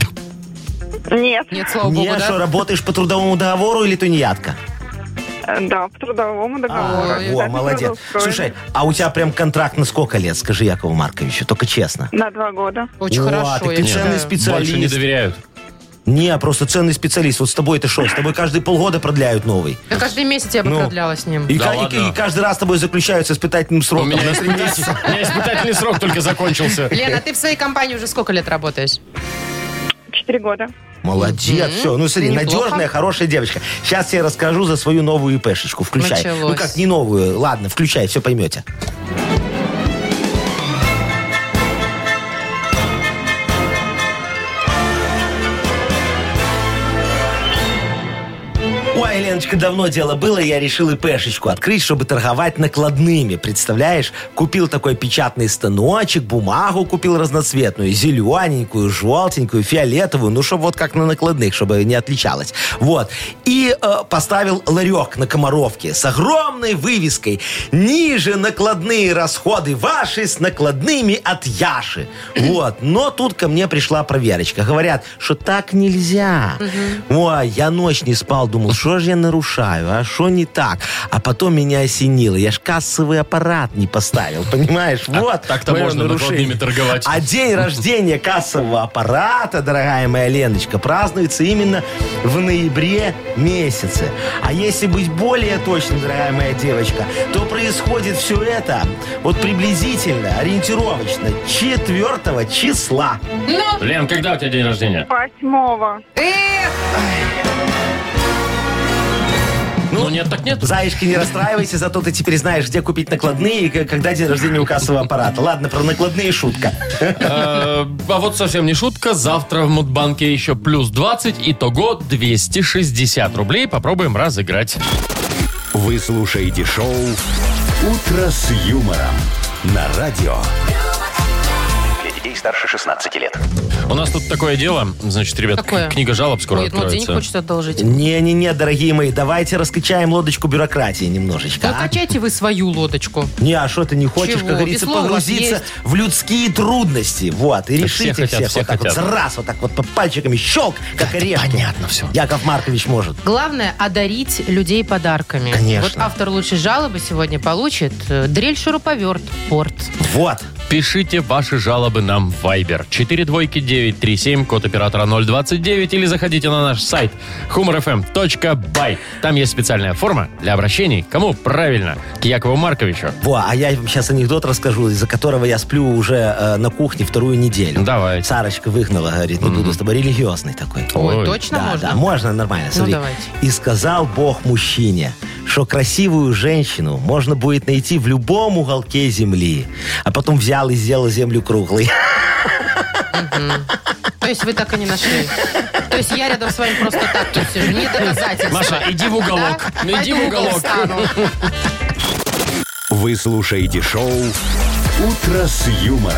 Speaker 5: Нет.
Speaker 2: Нет, слава
Speaker 3: Не,
Speaker 2: богу,
Speaker 3: что,
Speaker 2: да?
Speaker 3: работаешь по трудовому договору или тунеядка?
Speaker 5: Э, Да, по трудовому договору.
Speaker 2: Ой,
Speaker 3: Во,
Speaker 5: Так,
Speaker 3: А, молодец.
Speaker 5: трудоустроена.
Speaker 3: Слушай, а у тебя прям контракт на сколько лет, скажи Якову Марковичу, только честно.
Speaker 5: На два года.
Speaker 2: Очень
Speaker 3: О,
Speaker 2: хорошо.
Speaker 3: так ты
Speaker 2: я считаю.
Speaker 3: ценный специалист.
Speaker 1: Больше не доверяют.
Speaker 3: Не, просто ценный специалист. Вот с тобой это шо? С тобой каждые полгода продляют новый.
Speaker 2: Да каждый месяц я бы
Speaker 3: Ну.
Speaker 2: продляла с ним.
Speaker 3: И,
Speaker 1: Да
Speaker 3: ка- и-
Speaker 1: ладно.
Speaker 3: и каждый раз с тобой заключаются испытательным
Speaker 1: У
Speaker 3: сроком. Ну,
Speaker 1: меня испытатель- у меня испытательный срок только закончился.
Speaker 2: Лена, ты в своей компании уже сколько лет работаешь?
Speaker 5: Четыре года.
Speaker 3: Молодец, все. Ну, смотри,
Speaker 2: Неплохо.
Speaker 3: надежная, хорошая девочка. Сейчас я расскажу за свою новую ИПшечку. Включай.
Speaker 2: Началось.
Speaker 3: Ну как, не новую. Ладно, включай, все поймете. Ой, Леночка, давно дело было, я решил ИПшечку открыть, чтобы торговать накладными, представляешь? Купил такой печатный станочек, бумагу купил разноцветную, зелененькую, желтенькую, фиолетовую, ну, чтобы вот как на накладных, чтобы не отличалось. Вот. И э, поставил ларек на Комаровке с огромной вывеской «Ниже накладные расходы ваши с накладными от Яши». Вот. Но тут ко мне пришла проверочка. Говорят, что так нельзя. Ой, я ночь не спал, думал, что же я нарушаю, а что не так? А потом меня осенило, я ж кассовый аппарат не поставил, понимаешь? Вот.
Speaker 1: так-то
Speaker 3: мое
Speaker 1: можно накладными торговать.
Speaker 3: А день рождения кассового аппарата, дорогая моя Леночка, празднуется именно в ноябре месяце. А если быть более точным, дорогая моя девочка, то происходит все это вот приблизительно, ориентировочно 4 числа.
Speaker 1: Лен, когда у тебя день рождения?
Speaker 5: Восьмого.
Speaker 1: Ну, нет, так нет.
Speaker 3: Заишки, не расстраивайся, зато ты теперь знаешь, где купить накладные и к- когда день рождения у кассового аппарата. Ладно, про накладные шутка.
Speaker 1: Э, А вот совсем не шутка. Завтра в Мудбанке еще плюс 20. Итого 260 рублей. Попробуем разыграть.
Speaker 4: Вы слушаете шоу «Утро с юмором» на радио.
Speaker 6: Для детей старше 16 лет.
Speaker 1: У нас тут такое дело. Значит, ребят,
Speaker 2: Какое?
Speaker 1: к- книга жалоб скоро
Speaker 2: Ой, ну денег
Speaker 1: откроется.
Speaker 2: хочет одолжить.
Speaker 3: Не-не-не, дорогие мои, давайте раскачаем лодочку бюрократии немножечко.
Speaker 2: Да
Speaker 3: а?
Speaker 2: качайте вы свою лодочку.
Speaker 3: Не, а что ты не хочешь,
Speaker 2: Чего?
Speaker 3: как говорится,
Speaker 2: Весло у вас
Speaker 3: погрузиться
Speaker 2: есть.
Speaker 3: в людские трудности. Вот, и
Speaker 1: Так
Speaker 3: решить
Speaker 1: все
Speaker 3: их
Speaker 1: хотят,
Speaker 3: всех
Speaker 1: все
Speaker 3: вот так
Speaker 1: хотят.
Speaker 3: вот. Раз, вот так вот по пальчиками щелк, как орешки.
Speaker 1: понятно всё.
Speaker 3: Яков Маркович может.
Speaker 2: Главное – одарить людей подарками.
Speaker 3: Конечно.
Speaker 2: Вот автор лучшей жалобы сегодня получит э, дрель-шуруповерт «Порт».
Speaker 3: Вот.
Speaker 1: Пишите ваши жалобы нам в Viber. 4 двойки 937, код оператора 029. Или заходите на наш сайт humorfm.by. Там есть специальная форма для обращений. Кому? Правильно, к Якову Марковичу.
Speaker 3: Во, а я вам сейчас анекдот расскажу, из-за которого я сплю уже э, на кухне вторую неделю.
Speaker 1: Давайте.
Speaker 3: Сарочка выгнала, говорит, ну буду с тобой религиозный такой.
Speaker 2: Ой,
Speaker 1: Ой,
Speaker 2: точно
Speaker 3: да,
Speaker 2: можно? Ну,
Speaker 3: да, можно нормально. Смотри.
Speaker 2: давайте.
Speaker 3: И сказал Бог мужчине, что красивую женщину можно будет найти в любом уголке земли. А потом взял и сделал землю круглой.
Speaker 2: То есть вы так и не нашли. То есть я рядом с вами просто так тут сижу. Не доказательство.
Speaker 1: Маша, иди в уголок. Иди в уголок.
Speaker 4: Вы слушаете шоу «Утро с юмором»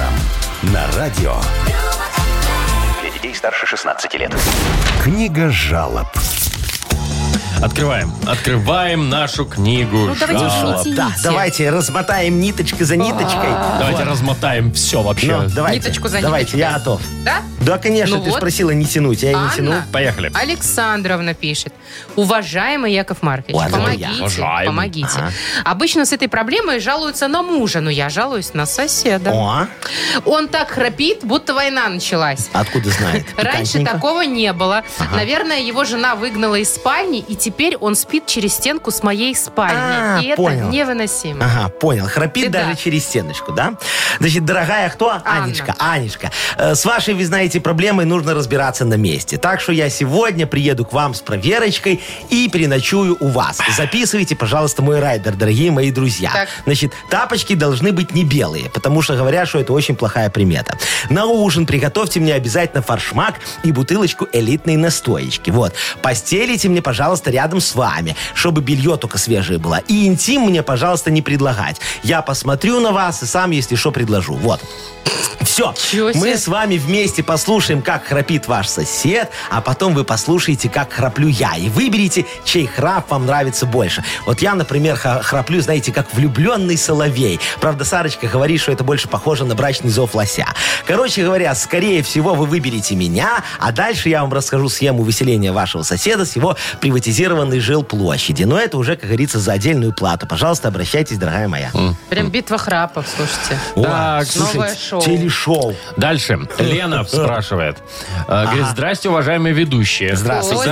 Speaker 4: на радио.
Speaker 6: Для детей старше 16 лет.
Speaker 4: Книга жалоб.
Speaker 1: Открываем. Открываем нашу книгу.
Speaker 2: Ну, давайте
Speaker 1: жалоб.
Speaker 2: шутить.
Speaker 3: Да,
Speaker 2: Извините.
Speaker 3: давайте размотаем ниточкой за ниточкой.
Speaker 1: Давайте размотаем все вообще.
Speaker 3: Ну, давайте.
Speaker 2: А. Ниточку за
Speaker 3: Давайте, я
Speaker 2: ниточкой.
Speaker 3: готов.
Speaker 2: Да?
Speaker 3: Да, конечно,
Speaker 2: Ну
Speaker 3: ты
Speaker 2: вот.
Speaker 3: спросила не тянуть, я и не тяну.
Speaker 2: Анна
Speaker 1: Поехали.
Speaker 2: Александровна пишет. Уважаемый Яков Маркович,
Speaker 3: Ладно,
Speaker 2: помогите,
Speaker 3: я.
Speaker 1: Уважаемый.
Speaker 2: помогите. Обычно с этой проблемой жалуются на мужа, но я жалуюсь на соседа.
Speaker 3: О,
Speaker 2: Он так храпит, будто война началась.
Speaker 3: А, откуда знает?
Speaker 2: Раньше
Speaker 3: Пикантненько.
Speaker 2: такого не было. Наверное, его жена выгнала из спальни и теперь он спит через стенку с моей спальни.
Speaker 3: А,
Speaker 2: и это
Speaker 3: понял.
Speaker 2: невыносимо.
Speaker 3: Ага, понял. Храпит
Speaker 2: Ты
Speaker 3: даже
Speaker 2: да.
Speaker 3: через стеночку, да? Значит, дорогая кто?
Speaker 2: Анна.
Speaker 3: Анечка. Анечка, э, с вашей, вы знаете, проблемой нужно разбираться на месте. Так что я сегодня приеду к вам с проверочкой и переночую у вас. Записывайте, пожалуйста, мой райдер, дорогие мои друзья.
Speaker 2: Так.
Speaker 3: Значит, тапочки должны быть не белые, потому что говорят, что это очень плохая примета. На ужин приготовьте мне обязательно форшмак и бутылочку элитной настоечки. Вот. Постелите мне, пожалуйста, рядом с вами, чтобы белье только свежее было. И интим мне, пожалуйста, не предлагать. Я посмотрю на вас и сам, если что, предложу. Вот. Все.
Speaker 2: Чего себе.
Speaker 3: Мы с вами вместе послушаем, как храпит ваш сосед, а потом вы послушаете, как храплю я. И выберите, чей храп вам нравится больше. Вот я, например, ха- храплю, знаете, как влюбленный соловей. Правда, Сарочка говорит, что это больше похоже на брачный зов лося. Короче говоря, скорее всего, вы выберете меня, а дальше я вам расскажу схему выселения вашего соседа с его приватизированной жилплощади. Но это уже, как говорится, за отдельную плату. Пожалуйста, обращайтесь, дорогая моя.
Speaker 2: Прям битва храпов, слушайте.
Speaker 3: О,
Speaker 1: Так,
Speaker 3: слушайте,
Speaker 2: новое шоу.
Speaker 3: телешоу.
Speaker 1: Дальше.
Speaker 3: э.
Speaker 1: Лена спрашивает. Э, Говорит, здрасте, уважаемые ведущие.
Speaker 3: Здравствуйте,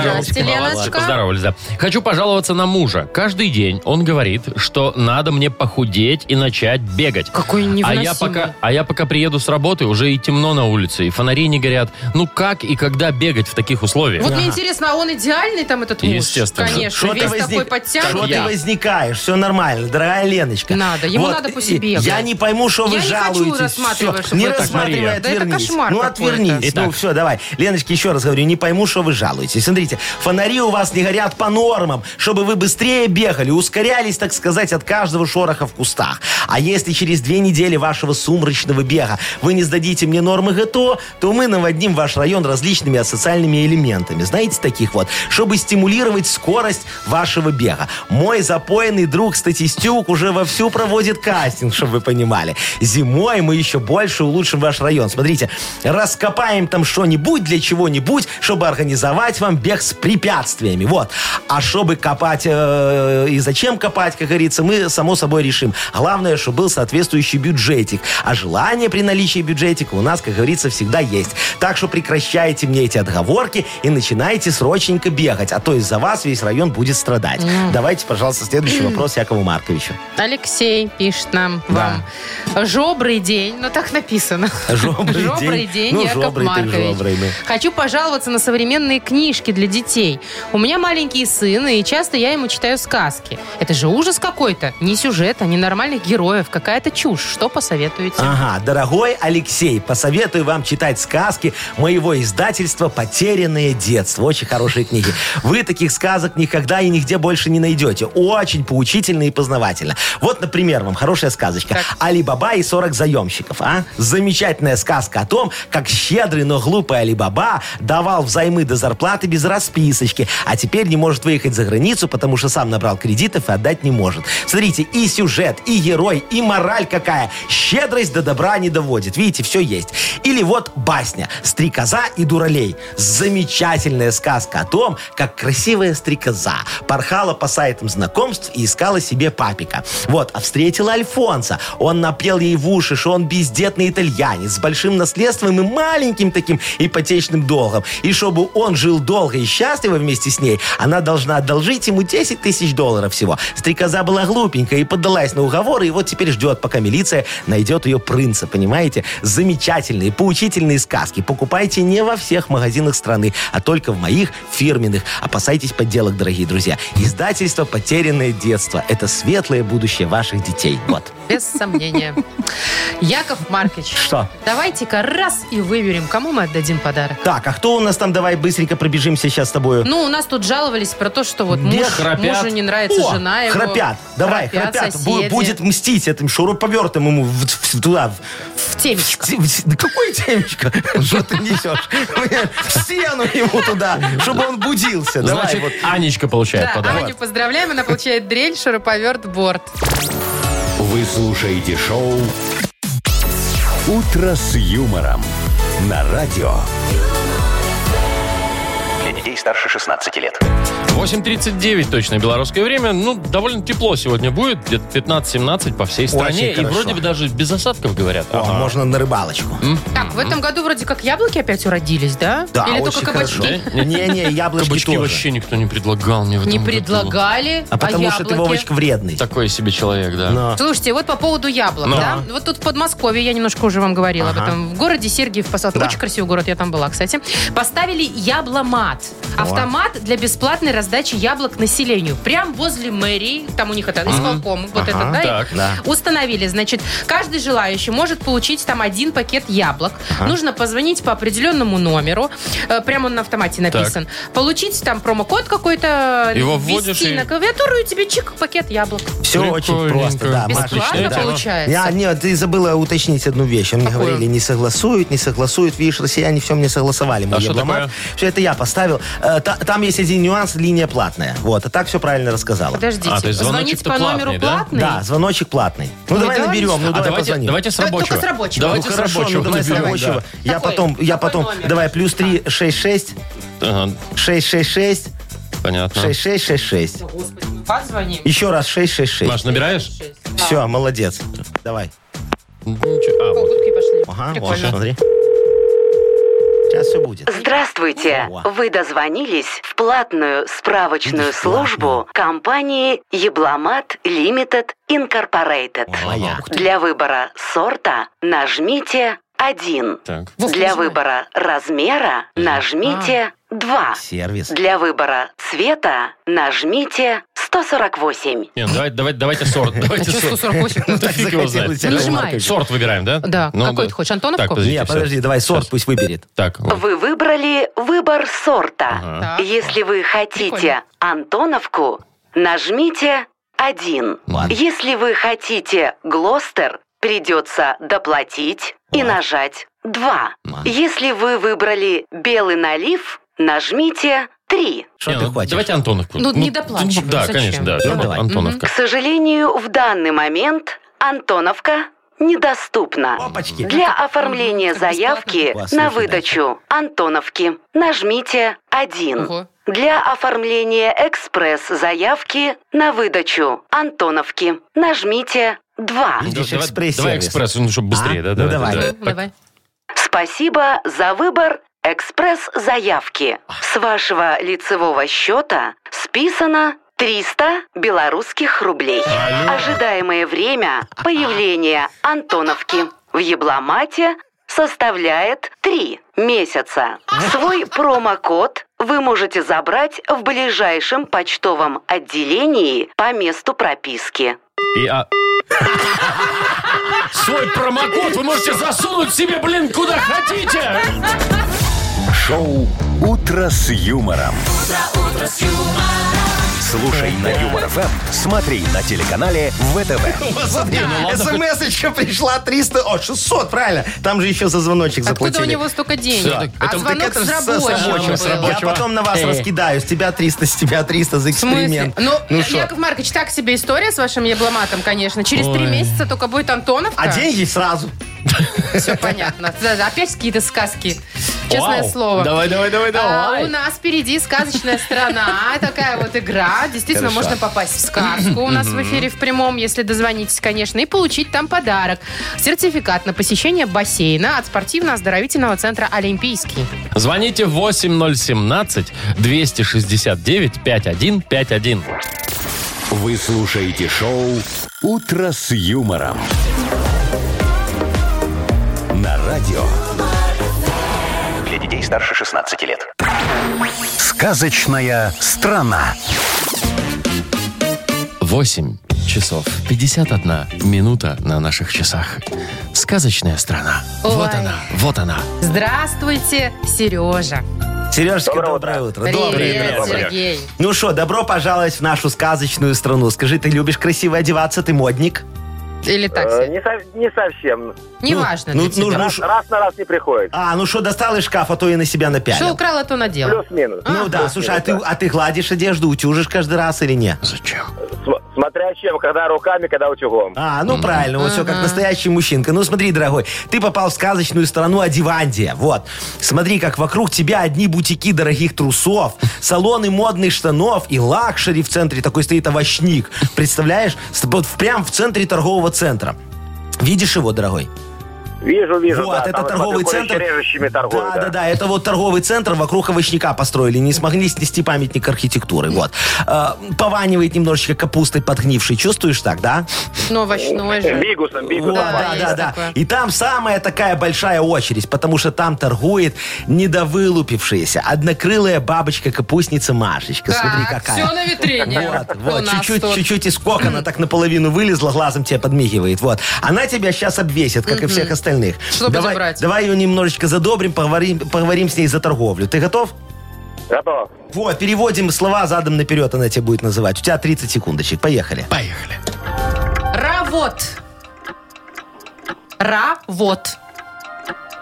Speaker 2: Ой, здрасте,
Speaker 1: Здорово,
Speaker 2: Леночка.
Speaker 1: Поздоровались, да. Хочу пожаловаться на мужа. Каждый день он говорит, что надо мне похудеть и начать бегать.
Speaker 2: Какой
Speaker 1: А
Speaker 2: невыносимый.
Speaker 1: я, пока, а я пока приеду с работы, уже и темно на улице, и фонари не горят. Ну как и когда бегать в таких условиях?
Speaker 2: Вот мне интересно, а он идеальный там этот муж?
Speaker 1: Естественно.
Speaker 2: Конечно,
Speaker 3: Что ты
Speaker 2: весь
Speaker 3: возник-
Speaker 2: такой
Speaker 3: Что
Speaker 2: подтянутый.
Speaker 3: ты
Speaker 1: Я.
Speaker 3: возникаешь? Все нормально, дорогая Леночка.
Speaker 2: Надо, ему надо по
Speaker 3: и-
Speaker 2: себе
Speaker 3: Я
Speaker 2: играть.
Speaker 3: не пойму, что вы
Speaker 2: Я не хочу
Speaker 3: жалуетесь.
Speaker 2: рассматривать,
Speaker 3: Всё,
Speaker 2: чтобы
Speaker 3: не
Speaker 2: это-
Speaker 1: Так, Мария.
Speaker 3: рассматривай,
Speaker 2: Да это
Speaker 3: отвернись.
Speaker 2: кошмар
Speaker 3: Ну,
Speaker 2: какой-то.
Speaker 3: отвернись. Ну,
Speaker 1: Итак.
Speaker 3: все, давай. Леночка, еще раз говорю, не пойму, что вы жалуетесь. Смотрите, фонари у вас не горят по нормам, чтобы вы быстрее бегали, ускорялись, так сказать, от каждого шороха в кустах. А если через две недели вашего сумрачного бега вы не сдадите мне нормы ГТО, то мы наводним ваш район различными асоциальными элементами. Знаете, таких вот, чтобы стимулировать скорость вашего бега. Мой запойный друг Статистюк уже вовсю проводит кастинг, чтобы вы понимали. Зимой мы еще больше улучшим ваш район. Смотрите, раскопаем там что-нибудь для чего-нибудь, чтобы организовать вам бег с препятствиями. Вот. А чтобы копать э, и зачем копать, как говорится, мы само собой решим. Главное, чтобы был соответствующий бюджетик. А желание при наличии бюджетика у нас, как говорится, всегда есть. Так что прекращайте мне эти отговорки и начинайте срочненько бегать. А то из-за вас весь район будет страдать. Давайте, пожалуйста, следующий вопрос Якову Марковичу.
Speaker 2: Алексей пишет нам
Speaker 3: Да.
Speaker 2: вам. Жобрый день. Ну, так написано.
Speaker 3: Жобрый день.
Speaker 2: день,
Speaker 3: Ну,
Speaker 2: Яков
Speaker 3: жобрый ты,
Speaker 2: Маркович.
Speaker 3: жобрый, ну.
Speaker 2: Хочу пожаловаться на современные книжки для детей. У меня маленький сын, и часто я ему читаю сказки. Это же ужас какой-то. Ни сюжета, ни нормальных героев. Какая-то чушь. Что посоветуете?
Speaker 3: Ага, дорогой Алексей, посоветую вам читать сказки моего издательства «Потерянное детство». Очень хорошие книги. Вы таких сказок никогда и нигде больше не найдете. Очень поучительно и познавательно. Вот, например, вам хорошая сказочка. «Али Баба и 40 заемщиков». А? Замечательная сказка о том, как щедрый, но глупый Али Баба давал взаймы до зарплаты без расписочки, а теперь не может выехать за границу, потому что сам набрал кредитов и отдать не может. Смотрите, и сюжет, и герой, и мораль какая. Щедрость до добра не доводит. Видите, все есть. Или вот басня «Стрекоза и дуралей». Замечательная сказка о том, как красивая стрекоза порхала по сайтам знакомств и искала себе папика. Вот, а встретила Альфонса. Он напел ей в уши, что он бездетный итальянец с большим наследством и маленьким таким ипотечным долгом. И чтобы он жил долго и счастливо вместе с ней, она должна одолжить ему 10 тысяч долларов всего. Стрекоза была глупенькая и поддалась на уговоры, и вот теперь ждет, пока милиция найдет ее принца, понимаете? Замечательные, поучительные сказки. Покупайте не во всех магазинах страны, а только в моих фирменных. Опасайтесь подделок, дорогие друзья. Издательство «Потерянное детство» — это светлое будущее ваших детей. Вот.
Speaker 2: Без сомнения. Яков Маркович.
Speaker 3: Что?
Speaker 2: Давайте-ка раз и выберем, кому мы отдадим подарок.
Speaker 3: Так, а кто у нас там? Давай быстренько пробежимся сейчас с тобою.
Speaker 2: Ну, у нас тут жаловались про то, что вот
Speaker 3: Где
Speaker 2: муж,
Speaker 1: храпят?
Speaker 2: мужу не нравится
Speaker 3: О,
Speaker 2: жена его.
Speaker 3: храпят. Давай, храпят. Бу-
Speaker 2: соседи.
Speaker 3: Будет мстить этим шуруповертом ему в- в- туда, в-
Speaker 2: в темечко.
Speaker 3: Те- в- Да какое темечко? Что ты несешь? В стену ему туда, чтобы он будился. Давай
Speaker 1: Значит,
Speaker 3: вот.
Speaker 1: Анечка получает
Speaker 2: Да,
Speaker 1: подарок.
Speaker 2: Аню поздравляем, она получает дрель, шуруповерт, борт.
Speaker 4: Вы слушаете шоу «Утро с юмором» на радио.
Speaker 6: Для детей детей старше 16 лет.
Speaker 1: 8.39 точно белорусское время. Ну, довольно тепло сегодня будет, где-то 15-17 по всей стране. и
Speaker 3: хорошо.
Speaker 1: вроде бы даже без осадков говорят. А
Speaker 3: О, можно на рыбалочку.
Speaker 2: Так, в этом году вроде как яблоки опять уродились, да?
Speaker 3: Да,
Speaker 2: Или
Speaker 3: очень
Speaker 2: только кабачки?
Speaker 3: хорошо. Не-не, яблочки
Speaker 1: Кабачки
Speaker 3: тоже.
Speaker 1: вообще никто не предлагал мне в этом
Speaker 2: Не
Speaker 1: году.
Speaker 2: предлагали, а,
Speaker 3: А потому что ты,
Speaker 2: яблоки?
Speaker 3: Вовочка, вредный.
Speaker 1: Такой себе человек, да.
Speaker 3: Но.
Speaker 2: Слушайте, вот по поводу яблок,
Speaker 1: А. Ну.
Speaker 2: да? Вот тут в Подмосковье, я немножко уже вам говорила об
Speaker 3: Ага.
Speaker 2: этом, в городе Сергиев Посад,
Speaker 3: Да.
Speaker 2: очень красивый город, я там была, кстати, поставили ябломат. Автомат для бесплатной раздачи яблок населению. Прям возле мэрии, там у них это, исполком, вот этот, да? и
Speaker 1: так.
Speaker 3: Да.
Speaker 2: Установили, значит, каждый желающий может получить там один пакет яблок. Нужно позвонить по определенному номеру, Э, прямо он на автомате написан, получить там промокод какой-то,
Speaker 1: Его
Speaker 2: ввести
Speaker 1: вводишь и-
Speaker 2: на клавиатуру, и тебе чик, пакет яблок.
Speaker 3: Все очень
Speaker 1: Прикольненько.
Speaker 3: просто, да,
Speaker 1: Бесплатно
Speaker 3: Машечка,
Speaker 2: Бесплатно
Speaker 3: да.
Speaker 2: получается.
Speaker 3: Я, нет, ты забыла уточнить одну вещь. Мне
Speaker 2: Какую?
Speaker 3: говорили, не согласуют, не согласуют. Видишь, россияне все мне согласовали. Мой
Speaker 1: А что
Speaker 3: дипломат.
Speaker 1: такое?
Speaker 3: Все это я поставил. Э, та- там есть один нюанс, линия платная. Вот, а так все правильно рассказала.
Speaker 2: Подождите,
Speaker 1: А, то есть
Speaker 2: звонить
Speaker 1: звоночек-то
Speaker 2: по
Speaker 1: платный,
Speaker 2: номеру
Speaker 1: да?
Speaker 2: платный?
Speaker 3: Да, звоночек платный. Ну,
Speaker 2: Ну,
Speaker 3: давай
Speaker 2: давай.
Speaker 3: наберем, ну
Speaker 1: А
Speaker 3: давай
Speaker 1: давайте,
Speaker 3: позвоним.
Speaker 1: давайте с
Speaker 2: Да, только
Speaker 1: рабочего.
Speaker 2: с рабочего.
Speaker 3: Ну,
Speaker 1: Давайте с
Speaker 3: хорошо,
Speaker 1: рабочего.
Speaker 3: ну, давай с
Speaker 1: наберем.
Speaker 3: рабочего. Я
Speaker 2: Какой?
Speaker 3: потом, я
Speaker 2: Какой
Speaker 3: потом,
Speaker 2: номер? А.
Speaker 3: давай, плюс 3, 6, 6,
Speaker 1: Ага,
Speaker 3: 6, 6, 6,
Speaker 1: понятно.
Speaker 3: 6, 6, 6, 6.
Speaker 1: А.
Speaker 2: Господи, мы позвоним.
Speaker 3: Еще раз 6, 6, 6.
Speaker 1: Маш, набираешь?
Speaker 3: Все, молодец. Давай.
Speaker 1: Ничего. А, вот.
Speaker 2: Колготки пошли.
Speaker 3: Ага, вот,
Speaker 2: Прикольно.
Speaker 3: смотри. Сейчас все будет.
Speaker 8: Здравствуйте!
Speaker 3: Во.
Speaker 8: Вы дозвонились в платную справочную службу компании Ебломат Limited Incorporated.
Speaker 3: Моя.
Speaker 8: Для выбора сорта нажмите 1.
Speaker 1: Так.
Speaker 2: Вов,
Speaker 8: Для
Speaker 2: нажимай.
Speaker 8: выбора размера нажмите 2.
Speaker 3: Сервис.
Speaker 8: Для выбора цвета нажмите 148.
Speaker 1: Не, ну, давайте, давайте, давайте сорт. Давайте
Speaker 2: Чё,
Speaker 1: сорт.
Speaker 2: 148?
Speaker 1: Ну, да фиг его
Speaker 3: захотелось,
Speaker 1: знает.
Speaker 2: Яков
Speaker 1: Нажимай.
Speaker 2: Маркович.
Speaker 1: Сорт выбираем, да?
Speaker 2: Да,
Speaker 1: Ну,
Speaker 2: какой ты хочешь,
Speaker 1: Так,
Speaker 2: Антоновку?
Speaker 1: подожди.
Speaker 3: Не, подожди, давай сорт пусть выберет.
Speaker 1: Так, вот.
Speaker 8: Вы выбрали выбор сорта.
Speaker 1: Ага.
Speaker 2: Так.
Speaker 8: Если вы хотите
Speaker 2: Прикольно.
Speaker 8: Антоновку, нажмите 1.
Speaker 3: Ладно.
Speaker 8: Если вы хотите Глостер, придется доплатить и
Speaker 3: Ладно.
Speaker 8: нажать 2.
Speaker 3: Ладно.
Speaker 8: Если вы выбрали белый налив, нажмите 3.
Speaker 3: Что
Speaker 1: Не,
Speaker 3: ты
Speaker 1: ну,
Speaker 3: хочешь?
Speaker 1: Давайте Антоновку.
Speaker 2: Ну, не доплачивай,
Speaker 1: Да,
Speaker 2: зачем?
Speaker 1: конечно, да.
Speaker 3: Ну,
Speaker 1: Ан-
Speaker 3: давай.
Speaker 8: К
Speaker 1: Антоновка.
Speaker 8: сожалению, в данный момент Антоновка недоступна.
Speaker 3: Опачки.
Speaker 8: Для оформления
Speaker 2: А, Как бесплатно.
Speaker 8: заявки
Speaker 3: Класс,
Speaker 8: на
Speaker 3: слушай,
Speaker 8: выдачу Антоновки нажмите 1.
Speaker 2: Ого.
Speaker 8: Для оформления экспресс-заявки на выдачу Антоновки нажмите 2.
Speaker 3: Видишь,
Speaker 1: Да, Ну, давай-
Speaker 3: экспресс-сервис.
Speaker 1: Давай экспресс, ну, чтобы быстрее,
Speaker 3: А?
Speaker 1: да?
Speaker 3: Ну, давай.
Speaker 1: да.
Speaker 2: Ну, Давай.
Speaker 8: Спасибо за выбор экспресс-заявки.
Speaker 3: А.
Speaker 8: С вашего лицевого счета списано 300 белорусских рублей. Ожидаемое время появления Антоновки в Ебломате составляет 3 месяца. Свой промокод вы можете забрать в ближайшем почтовом отделении по месту прописки.
Speaker 1: И, а- Свой промокод вы можете засунуть себе, блин, куда хотите.
Speaker 4: Шоу «Утро с юмором». Слушай на Юмор ФМ, смотри на телеканале ВТВ.
Speaker 3: Ну, Смотри, смс еще пришла 300, о, 600, правильно. Там же еще за звоночек
Speaker 2: Откуда у
Speaker 3: заплатили.
Speaker 2: него столько денег?
Speaker 1: Всё, так
Speaker 2: А
Speaker 1: это-
Speaker 2: звонок
Speaker 3: так это
Speaker 2: с
Speaker 3: ж со-
Speaker 2: рабочего
Speaker 3: рабочего,
Speaker 2: был.
Speaker 1: с рабочего.
Speaker 3: Я потом на вас
Speaker 1: Эй.
Speaker 3: раскидаю. С тебя 300, с тебя 300 за
Speaker 2: В смысле?
Speaker 3: эксперимент.
Speaker 2: Ну,
Speaker 3: шо?
Speaker 2: Яков Маркович, так себе история с вашим ебломатом, конечно. Через три
Speaker 1: Ой.
Speaker 2: месяца только будет Антоновка.
Speaker 3: А деньги сразу.
Speaker 2: Все понятно. Да, да, Опять какие-то сказки. Честное
Speaker 1: Вау.
Speaker 2: слово.
Speaker 1: Давай, давай, давай,
Speaker 2: А,
Speaker 1: давай.
Speaker 2: у нас впереди сказочная страна. Такая вот игра. Действительно, можно попасть в сказку у нас в эфире в прямом, если дозвонитесь, конечно, и получить там подарок. Сертификат на посещение бассейна от спортивно-оздоровительного центра «Олимпийский».
Speaker 1: Звоните 8017-269-5151.
Speaker 4: Вы слушаете шоу «Утро с юмором». На радио
Speaker 6: Для детей старше 16 лет.
Speaker 4: «Сказочная страна».
Speaker 1: 8 часов 51 минута на наших часах. Сказочная страна. Вот
Speaker 2: Ой.
Speaker 1: она, вот она.
Speaker 2: Здравствуйте, Сережа.
Speaker 3: Сережечка, доброе утро.
Speaker 2: Привет,
Speaker 1: доброе.
Speaker 2: Сергей.
Speaker 3: Ну что, добро пожаловать в нашу сказочную страну. Скажи, ты любишь красиво одеваться, ты модник?
Speaker 2: Или так,
Speaker 7: Э,
Speaker 2: Сереж?
Speaker 7: не, со- не совсем.
Speaker 2: Неважно
Speaker 3: Ну,
Speaker 2: для
Speaker 3: ну,
Speaker 2: тебя.
Speaker 3: ну,
Speaker 7: Раз,
Speaker 3: шо-
Speaker 7: раз на раз не приходит.
Speaker 3: а, ну что, достал из шкафа, то и на себя
Speaker 2: Что
Speaker 3: напялил.
Speaker 2: украла, то надела.
Speaker 7: Плюс-минус.
Speaker 3: а Ну да, слушай, а ты, а ты гладишь одежду, утюжишь каждый раз или не?
Speaker 1: Зачем?
Speaker 7: См- Смотря чем, когда руками, когда утюгом.
Speaker 3: А, ну правильно, вот все как настоящий мужчинка. Ну смотри, дорогой, ты попал в сказочную страну Одивандия. Вот. Смотри, как вокруг тебя одни бутики дорогих трусов, салоны модных штанов и лакшери в центре. Такой стоит овощник. Представляешь? С- вот Прям в центре торгового центра. Видишь его, дорогой?
Speaker 7: Вижу, вижу.
Speaker 3: Вот,
Speaker 7: да,
Speaker 3: это
Speaker 7: там,
Speaker 3: торговый
Speaker 7: смотрю,
Speaker 3: центр.
Speaker 7: курящие режущими торгуют,
Speaker 3: да, да, да, это вот торговый центр вокруг овощника построили. Не смогли снести памятник архитектуры. Вот. А, пованивает немножечко капустой подгнившей. Чувствуешь так, да?
Speaker 2: Ну, овощной же.
Speaker 7: Бигусом,
Speaker 3: Вот,
Speaker 7: бигусом.
Speaker 2: Да,
Speaker 3: да,
Speaker 2: есть
Speaker 3: да, да.
Speaker 2: такое.
Speaker 3: И там самая такая большая очередь, потому что там торгует недовылупившаяся однокрылая бабочка-капустница Машечка. Смотри,
Speaker 2: Так,
Speaker 3: какая.
Speaker 2: все на витрине.
Speaker 3: Вот,
Speaker 2: У
Speaker 3: вот,
Speaker 2: нас
Speaker 3: чуть-чуть,
Speaker 2: тут.
Speaker 3: чуть-чуть из кокона так наполовину вылезла, глазом тебе подмигивает. Вот. Она тебя сейчас обвесит, как и всех остальных.
Speaker 2: Чтобы
Speaker 3: давай,
Speaker 2: забрать.
Speaker 3: давай ее немножечко задобрим, поговорим, поговорим с ней за торговлю. Ты готов?
Speaker 7: Готов.
Speaker 3: Вот, переводим слова задом наперед, она тебя будет называть. У тебя 30 секундочек. Поехали.
Speaker 1: Поехали.
Speaker 2: Равот. Равот.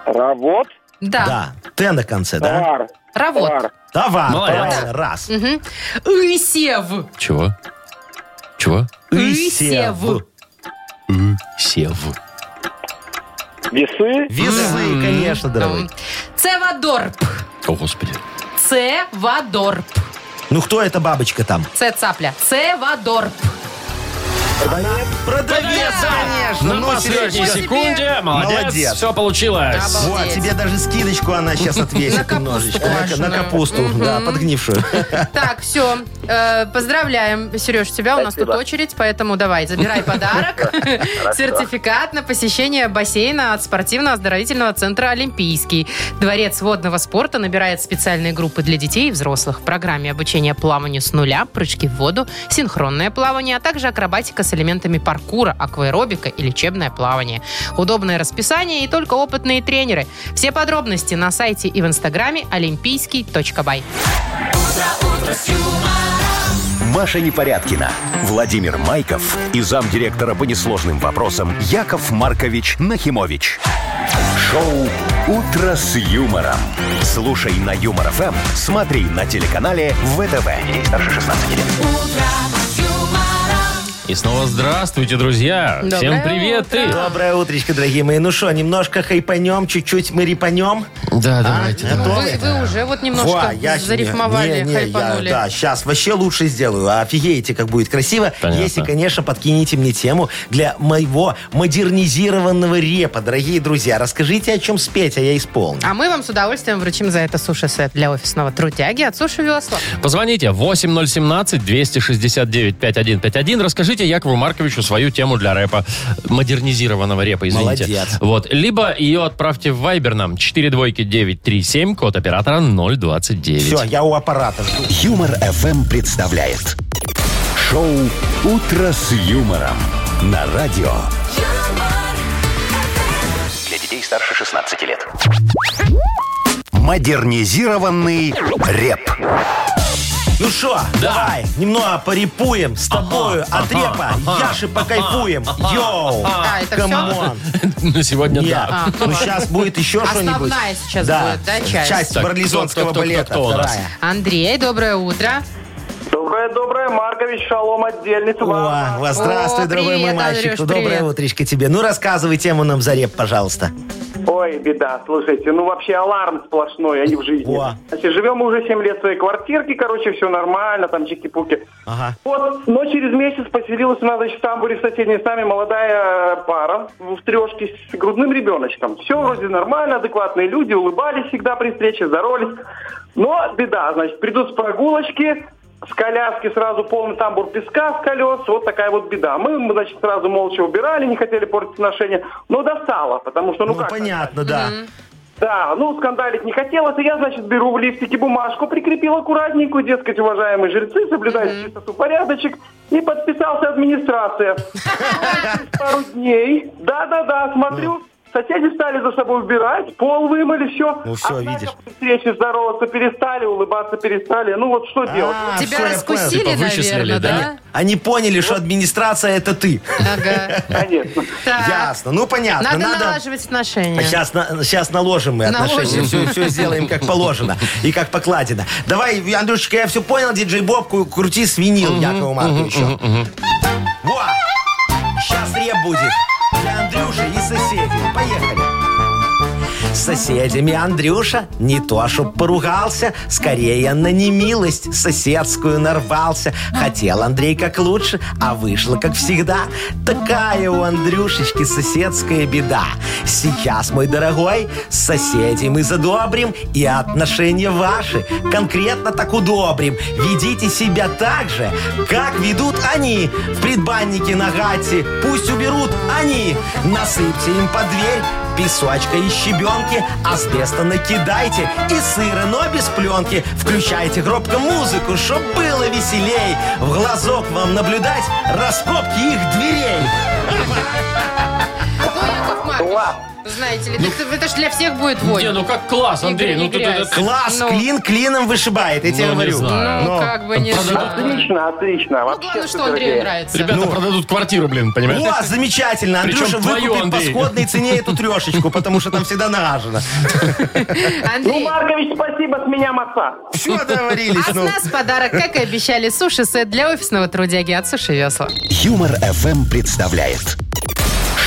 Speaker 7: Работ,
Speaker 2: Да.
Speaker 3: Да. Т на конце, да?
Speaker 7: товар,
Speaker 2: Равот.
Speaker 7: товар.
Speaker 3: Товар.
Speaker 1: Молодец.
Speaker 3: правильно, Раз.
Speaker 2: Исев.
Speaker 1: Чего? Чего?
Speaker 2: Исев.
Speaker 1: Сев.
Speaker 7: Весы,
Speaker 3: Весы, конечно, дорогой.
Speaker 2: Цевадорп.
Speaker 1: О, Господи.
Speaker 2: Цевадорп.
Speaker 3: Ну кто эта бабочка там?
Speaker 2: Це цапля. Цевадорп.
Speaker 3: Продавец,
Speaker 1: На
Speaker 3: конечно. Ну,
Speaker 1: последней
Speaker 3: Сережечка,
Speaker 1: секунде. Молодец.
Speaker 3: Молодец.
Speaker 1: Все получилось.
Speaker 3: Вот,
Speaker 2: Обалдеть.
Speaker 3: тебе даже скидочку она сейчас отвесит немножечко. На- На капусту, да, подгнившую.
Speaker 2: Так, все. поздравляем, Сереж, тебя. У нас тут
Speaker 7: Спасибо.
Speaker 2: очередь, поэтому давай, забирай подарок. Сертификат на посещение бассейна от спортивно-оздоровительного центра «Олимпийский». Дворец водного спорта набирает специальные группы для детей и взрослых. В программе обучение плаванию с нуля, прыжки в воду, синхронное плавание, а также акробатика с элементами паркура, акваэробика и лечебное плавание. Удобное расписание и только опытные тренеры. Все подробности на сайте и в инстаграме олимпийский.бай.
Speaker 4: Маша Непорядкина, Владимир Майков и замдиректора по несложным вопросам Яков Маркович Нахимович. Шоу «Утро с юмором». Слушай на Юмор ФМ, смотри на телеканале ВТВ. Ей старше 16 лет.
Speaker 1: И снова здравствуйте, друзья.
Speaker 2: Доброе
Speaker 1: Всем привет.
Speaker 2: утро.
Speaker 1: и-
Speaker 3: Доброе утречко, дорогие мои. Ну что, немножко хайпанем, чуть-чуть мы репанем.
Speaker 1: Да, давайте.
Speaker 3: готовы?
Speaker 1: давайте.
Speaker 2: Вы, вы уже вот немножко
Speaker 3: Во, а, я-
Speaker 2: зарифмовали,
Speaker 3: не, не, я-
Speaker 2: хайпанули.
Speaker 3: да, сейчас вообще лучше сделаю. Офигеете, как будет красиво.
Speaker 1: Понятно.
Speaker 3: Если, конечно, подкинете мне тему для моего модернизированного репа. Дорогие друзья, расскажите, о чем спеть, а я исполню.
Speaker 2: А мы вам с удовольствием вручим за это суши-сет для офисного трудяги от Суши Весла.
Speaker 1: Позвоните 8017-269-5151. Расскажите Якову Марковичу свою тему для рэпа. Модернизированного рэпа, извините.
Speaker 3: Молодец.
Speaker 1: Вот. Либо ее отправьте в Вайбер нам 42937, код оператора 029.
Speaker 3: Все, я у аппарата жду.
Speaker 4: Юмор ФМ представляет. Шоу «Утро с юмором» на радио.
Speaker 6: Для детей старше 16 лет.
Speaker 4: Модернизированный рэп.
Speaker 3: Ну что, давай, немного порепуем с тобою от репа. Яши покайфуем. Йоу,
Speaker 2: А, это всё?
Speaker 3: камон.
Speaker 1: На сегодня
Speaker 3: Нет,
Speaker 1: да.
Speaker 2: А, ну
Speaker 3: ну
Speaker 2: ладно.
Speaker 3: сейчас будет еще
Speaker 2: Основная
Speaker 3: что-нибудь.
Speaker 2: сейчас будет, да, часть?
Speaker 3: Часть
Speaker 1: Так,
Speaker 3: барлизонского
Speaker 1: кто, кто, кто,
Speaker 3: балета,
Speaker 1: кто у нас?
Speaker 3: вторая.
Speaker 2: Андрей, доброе утро.
Speaker 7: Доброе-доброе, Маркович, шалом, отдельный
Speaker 3: О, во, здравствуй,
Speaker 2: О,
Speaker 3: дорогой мой
Speaker 2: привет,
Speaker 3: мальчик.
Speaker 2: Андрюш,
Speaker 3: Доброе
Speaker 2: привет.
Speaker 3: утречко тебе. Ну, рассказывай тему нам за реп, пожалуйста.
Speaker 7: Ой, беда, слушайте, ну вообще аларм сплошной, а не в жизни.
Speaker 3: Во.
Speaker 7: Значит, живем мы уже 7 лет в своей квартирке, короче, все нормально, там чики-пуки.
Speaker 3: Ага.
Speaker 7: Вот, но через месяц поселилась у нас, значит, в тамбуре в соседней с нами молодая э, пара в трешке с грудным ребеночком. Все вроде нормально, адекватные люди, улыбались всегда при встрече, здоровались. Но беда, значит, придут с прогулочки, с коляски сразу полный тамбур песка с колес, вот такая вот беда. Мы, мы, значит, сразу молча убирали, не хотели портить отношения, но достало, потому что, ну,
Speaker 3: Ну,
Speaker 7: как
Speaker 3: понятно, да.
Speaker 7: да, ну скандалить не хотелось, и я, значит, беру в лифтике бумажку, прикрепил аккуратненькую, дескать, уважаемые жильцы, соблюдайте чистоту, порядочек, и подписался администрация. Через Пару дней, да-да-да, смотрю, соседи стали за собой убирать, пол вымыли, все.
Speaker 3: Ну, всё, видишь.
Speaker 7: встречи здороваться перестали, улыбаться перестали, ну вот что делать?
Speaker 3: А,
Speaker 2: Тебя
Speaker 3: всё, я понял.
Speaker 2: раскусили,
Speaker 1: Типа, вычислили,
Speaker 2: наверное, да?
Speaker 1: да?
Speaker 3: Они поняли, что администрация это ты.
Speaker 2: Ага.
Speaker 7: Конечно.
Speaker 2: Так.
Speaker 3: Ясно. Ну, понятно.
Speaker 2: Надо
Speaker 3: надо... А
Speaker 2: налаживать отношения.
Speaker 3: Сейчас, сейчас наложим мы отношения,
Speaker 2: Наложим.
Speaker 3: все, сделаем как положено и как покладено. Давай, Андрюшечка, я все понял, диджей Бобку, крути свинил Якова Марковича. Во! Сейчас реп будет. Для Андрюши и соседей. Поехали. С соседями Андрюша не то, чтоб поругался, скорее на немилость соседскую нарвался. Хотел Андрей как лучше, а вышло как всегда. Такая у Андрюшечки соседская беда. Сейчас, мой дорогой, с соседей мы задобрим и отношения ваши конкретно так удобрим. Ведите себя так же, как ведут они. В предбаннике на гате пусть уберут они. Насыпьте им под дверь песочка и щебенки, асбеста накидайте и сыра, но без пленки. Включайте громко музыку, чтоб было веселей. В глазок вам наблюдать раскопки их дверей.
Speaker 2: Ну, Яков Маркович, знаете ли, это, это ж для всех будет вонь.
Speaker 1: Не, ну как класс, Андрей. Ну
Speaker 2: не
Speaker 1: тут
Speaker 2: грязь.
Speaker 1: это...
Speaker 3: Класс,
Speaker 2: Ну.
Speaker 3: клин клином вышибает, я тебе
Speaker 1: не
Speaker 3: говорю.
Speaker 1: знаю.
Speaker 3: Ну,
Speaker 2: как бы
Speaker 1: а
Speaker 2: не знаю.
Speaker 7: Отлично, отлично.
Speaker 2: Ну,
Speaker 7: Вообще
Speaker 2: главное, что
Speaker 7: супер
Speaker 2: Андрею
Speaker 7: идея.
Speaker 2: нравится.
Speaker 1: Ребята
Speaker 3: ну.
Speaker 1: продадут квартиру, блин, понимаете?
Speaker 3: О, замечательно.
Speaker 1: Причем
Speaker 3: Андрюша
Speaker 1: твою,
Speaker 3: выкупит по
Speaker 1: Андрей.
Speaker 3: сходной цене эту трешечку, потому что там всегда нагажено.
Speaker 7: Ну,
Speaker 2: Андрей,
Speaker 7: Маркович, спасибо, с меня маца.
Speaker 3: Все договорились.
Speaker 2: а с
Speaker 3: ну.
Speaker 2: нас подарок, как и обещали, суши-сет для офисного трудяги от Суши Весла.
Speaker 4: Юмор FM представляет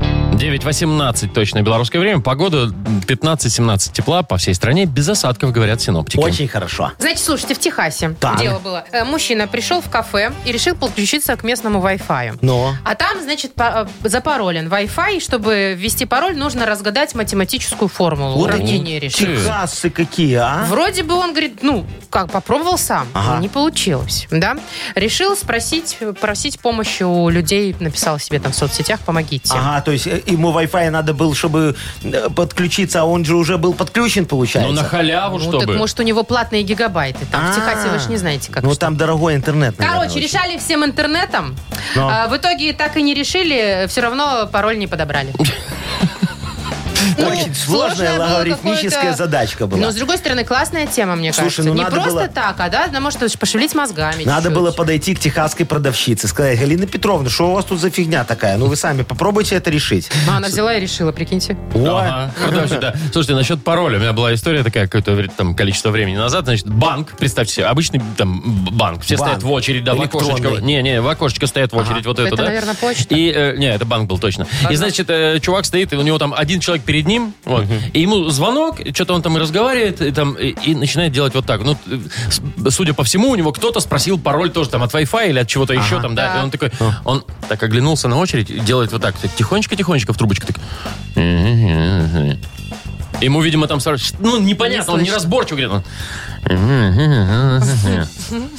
Speaker 1: 9.18 точно белорусское время. Погода 15-17 тепла по всей стране. Без осадков, говорят синоптики.
Speaker 3: Очень хорошо.
Speaker 2: Значит, слушайте, в Техасе
Speaker 3: Так.
Speaker 2: дело было. Э, Мужчина пришел в кафе и решил подключиться к местному Wi-Fi.
Speaker 3: Но.
Speaker 2: А там, значит, по- э, запаролен Wi-Fi. и Чтобы ввести пароль, нужно разгадать математическую формулу.
Speaker 3: Вот
Speaker 2: уравнение
Speaker 3: они
Speaker 2: решить.
Speaker 3: Техасы какие, а?
Speaker 2: Вроде бы он говорит, ну, как, попробовал сам,
Speaker 3: Ага.
Speaker 2: не получилось, да? Решил спросить, просить помощи у людей, написал себе там в соцсетях, помогите.
Speaker 3: Ага, то есть э, ему Wi-Fi надо был, чтобы э, подключиться, а он же уже был подключен,
Speaker 1: Ну,
Speaker 3: получается.
Speaker 1: на халяву,
Speaker 2: Ну,
Speaker 1: чтобы.
Speaker 2: так может, у него платные гигабайты. Там в
Speaker 3: А.
Speaker 2: Техасе вы ж не знаете, как
Speaker 3: Ну,
Speaker 2: что.
Speaker 3: там дорогой интернет, наверное,
Speaker 2: Короче,
Speaker 3: очень.
Speaker 2: решали всем интернетом.
Speaker 3: Но.
Speaker 2: А, в итоге так и не решили, все равно пароль не подобрали. Ну,
Speaker 3: Очень сложная
Speaker 2: было
Speaker 3: логарифмическая
Speaker 2: какое-то-
Speaker 3: задачка была.
Speaker 2: Но, с другой стороны, классная тема, мне
Speaker 3: Слушай,
Speaker 2: кажется.
Speaker 3: ну,
Speaker 2: не
Speaker 3: надо
Speaker 2: просто
Speaker 3: было-
Speaker 2: так, а да, надо, может, пошевелить мозгами
Speaker 3: Надо
Speaker 2: чуть-чуть.
Speaker 3: было подойти к техасской продавщице, сказать, Галина Петровна, что у вас тут за фигня такая? Ну, вы сами попробуйте это решить.
Speaker 2: А она взяла и решила, прикиньте.
Speaker 1: Ага. Продавщик, да. Слушайте, насчет пароля. У меня была история такая, какое-то говорит, там, количество времени назад. Значит, банк, представьте себе, обычный там б- банк. Все
Speaker 3: Банк.
Speaker 1: стоят в очередь, да, в окошечко.
Speaker 3: Электронный.
Speaker 1: Не, не, в окошечко стоят в очередь, вот это,
Speaker 2: Это,
Speaker 1: да.
Speaker 2: наверное, почта.
Speaker 1: И, э, не, это банк был точно. И, значит, э, чувак стоит, и у него там один человек перед ним, вот, и ему звонок, что-то он там и разговаривает, и, там, и, и начинает делать вот так. Ну, э, с- судя по всему, у него кто-то спросил пароль тоже там от Wi-Fi или от чего-то еще там, да. И он такой, он так оглянулся на очередь, и делает вот так, так, тихонечко-тихонечко в трубочку, так... Ему, видимо, там сразу... Ну, непонятно, он
Speaker 2: слышно.
Speaker 1: неразборчив говорит. Он...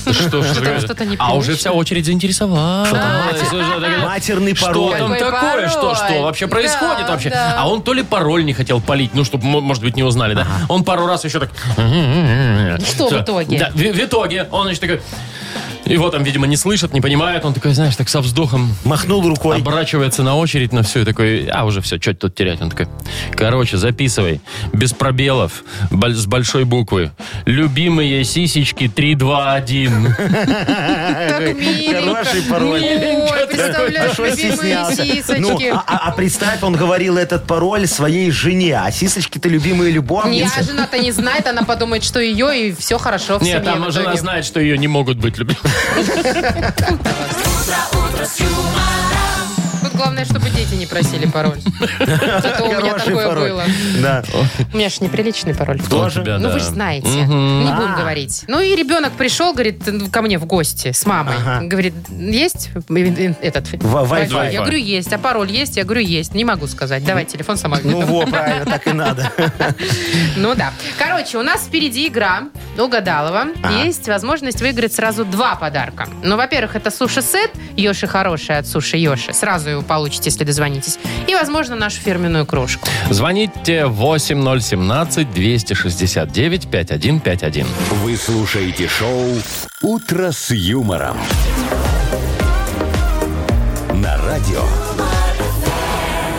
Speaker 1: Что, ж такое?
Speaker 2: что-то непривычно.
Speaker 1: а уже вся очередь заинтересовалась.
Speaker 3: Матерный
Speaker 1: Что
Speaker 3: пароль.
Speaker 1: там
Speaker 2: Какой
Speaker 1: такое?
Speaker 2: пароль?
Speaker 1: Что, что вообще
Speaker 2: Да,
Speaker 1: происходит вообще?
Speaker 2: да.
Speaker 1: А он то ли пароль не хотел палить, ну, чтобы, может быть, не узнали, да? Он пару раз еще так...
Speaker 2: что в
Speaker 1: Всё.
Speaker 2: итоге?
Speaker 1: Да, в, в итоге он, значит, такой... Его там, видимо, не слышат, не понимают. Он такой, знаешь, так со вздохом
Speaker 3: Махнул рукой.
Speaker 1: оборачивается на очередь на все и такой, а уже все, что тут терять? Он такой, короче, записывай, без пробелов, боль- с большой буквы. Любимые сисечки 321.
Speaker 2: Так миленько.
Speaker 3: Хороший пароль.
Speaker 2: Ой, представляешь,
Speaker 3: Что
Speaker 2: любимые
Speaker 3: стесняться? Ну,
Speaker 2: сисочки.
Speaker 3: а, а- а представь, он говорил этот пароль своей жене, а сисочки-то любимые
Speaker 2: Я
Speaker 3: любовницы.
Speaker 2: жена-то не а знает, она подумает, что ее, и все хорошо в
Speaker 1: Нет,
Speaker 2: семье в
Speaker 1: там жена
Speaker 2: итоге.
Speaker 1: знает, что ее не могут быть любимыми.
Speaker 2: Тут главное, чтобы дети не просили пароль. Зато у меня
Speaker 3: Хороший
Speaker 2: такое
Speaker 3: пароль.
Speaker 2: было.
Speaker 3: Да.
Speaker 2: У меня же неприличный пароль.
Speaker 1: Кто у тебя,
Speaker 2: Ну,
Speaker 1: да.
Speaker 2: вы же знаете.
Speaker 3: А.
Speaker 2: Не будем говорить. Ну, и ребенок пришел, говорит, ну, ко мне в гости с мамой.
Speaker 3: Ага.
Speaker 2: Говорит, есть этот...
Speaker 3: Wi-Fi.
Speaker 2: Я говорю, есть. А пароль есть? Я говорю, есть. Не могу сказать. Давай телефон сама.
Speaker 3: Ну во, правильно, так и надо.
Speaker 2: Ну да. Короче, у нас впереди игра Угадалова. Есть возможность выиграть сразу два подарка. Ну, во-первых, это суши-сет Йоши хороший от Суши Йоши. Сразу его получите, если дозвонитесь. И, возможно, нашу фирменную кружку.
Speaker 1: Звоните 8017-269-5151.
Speaker 4: Вы слушаете шоу Утро с юмором. На радио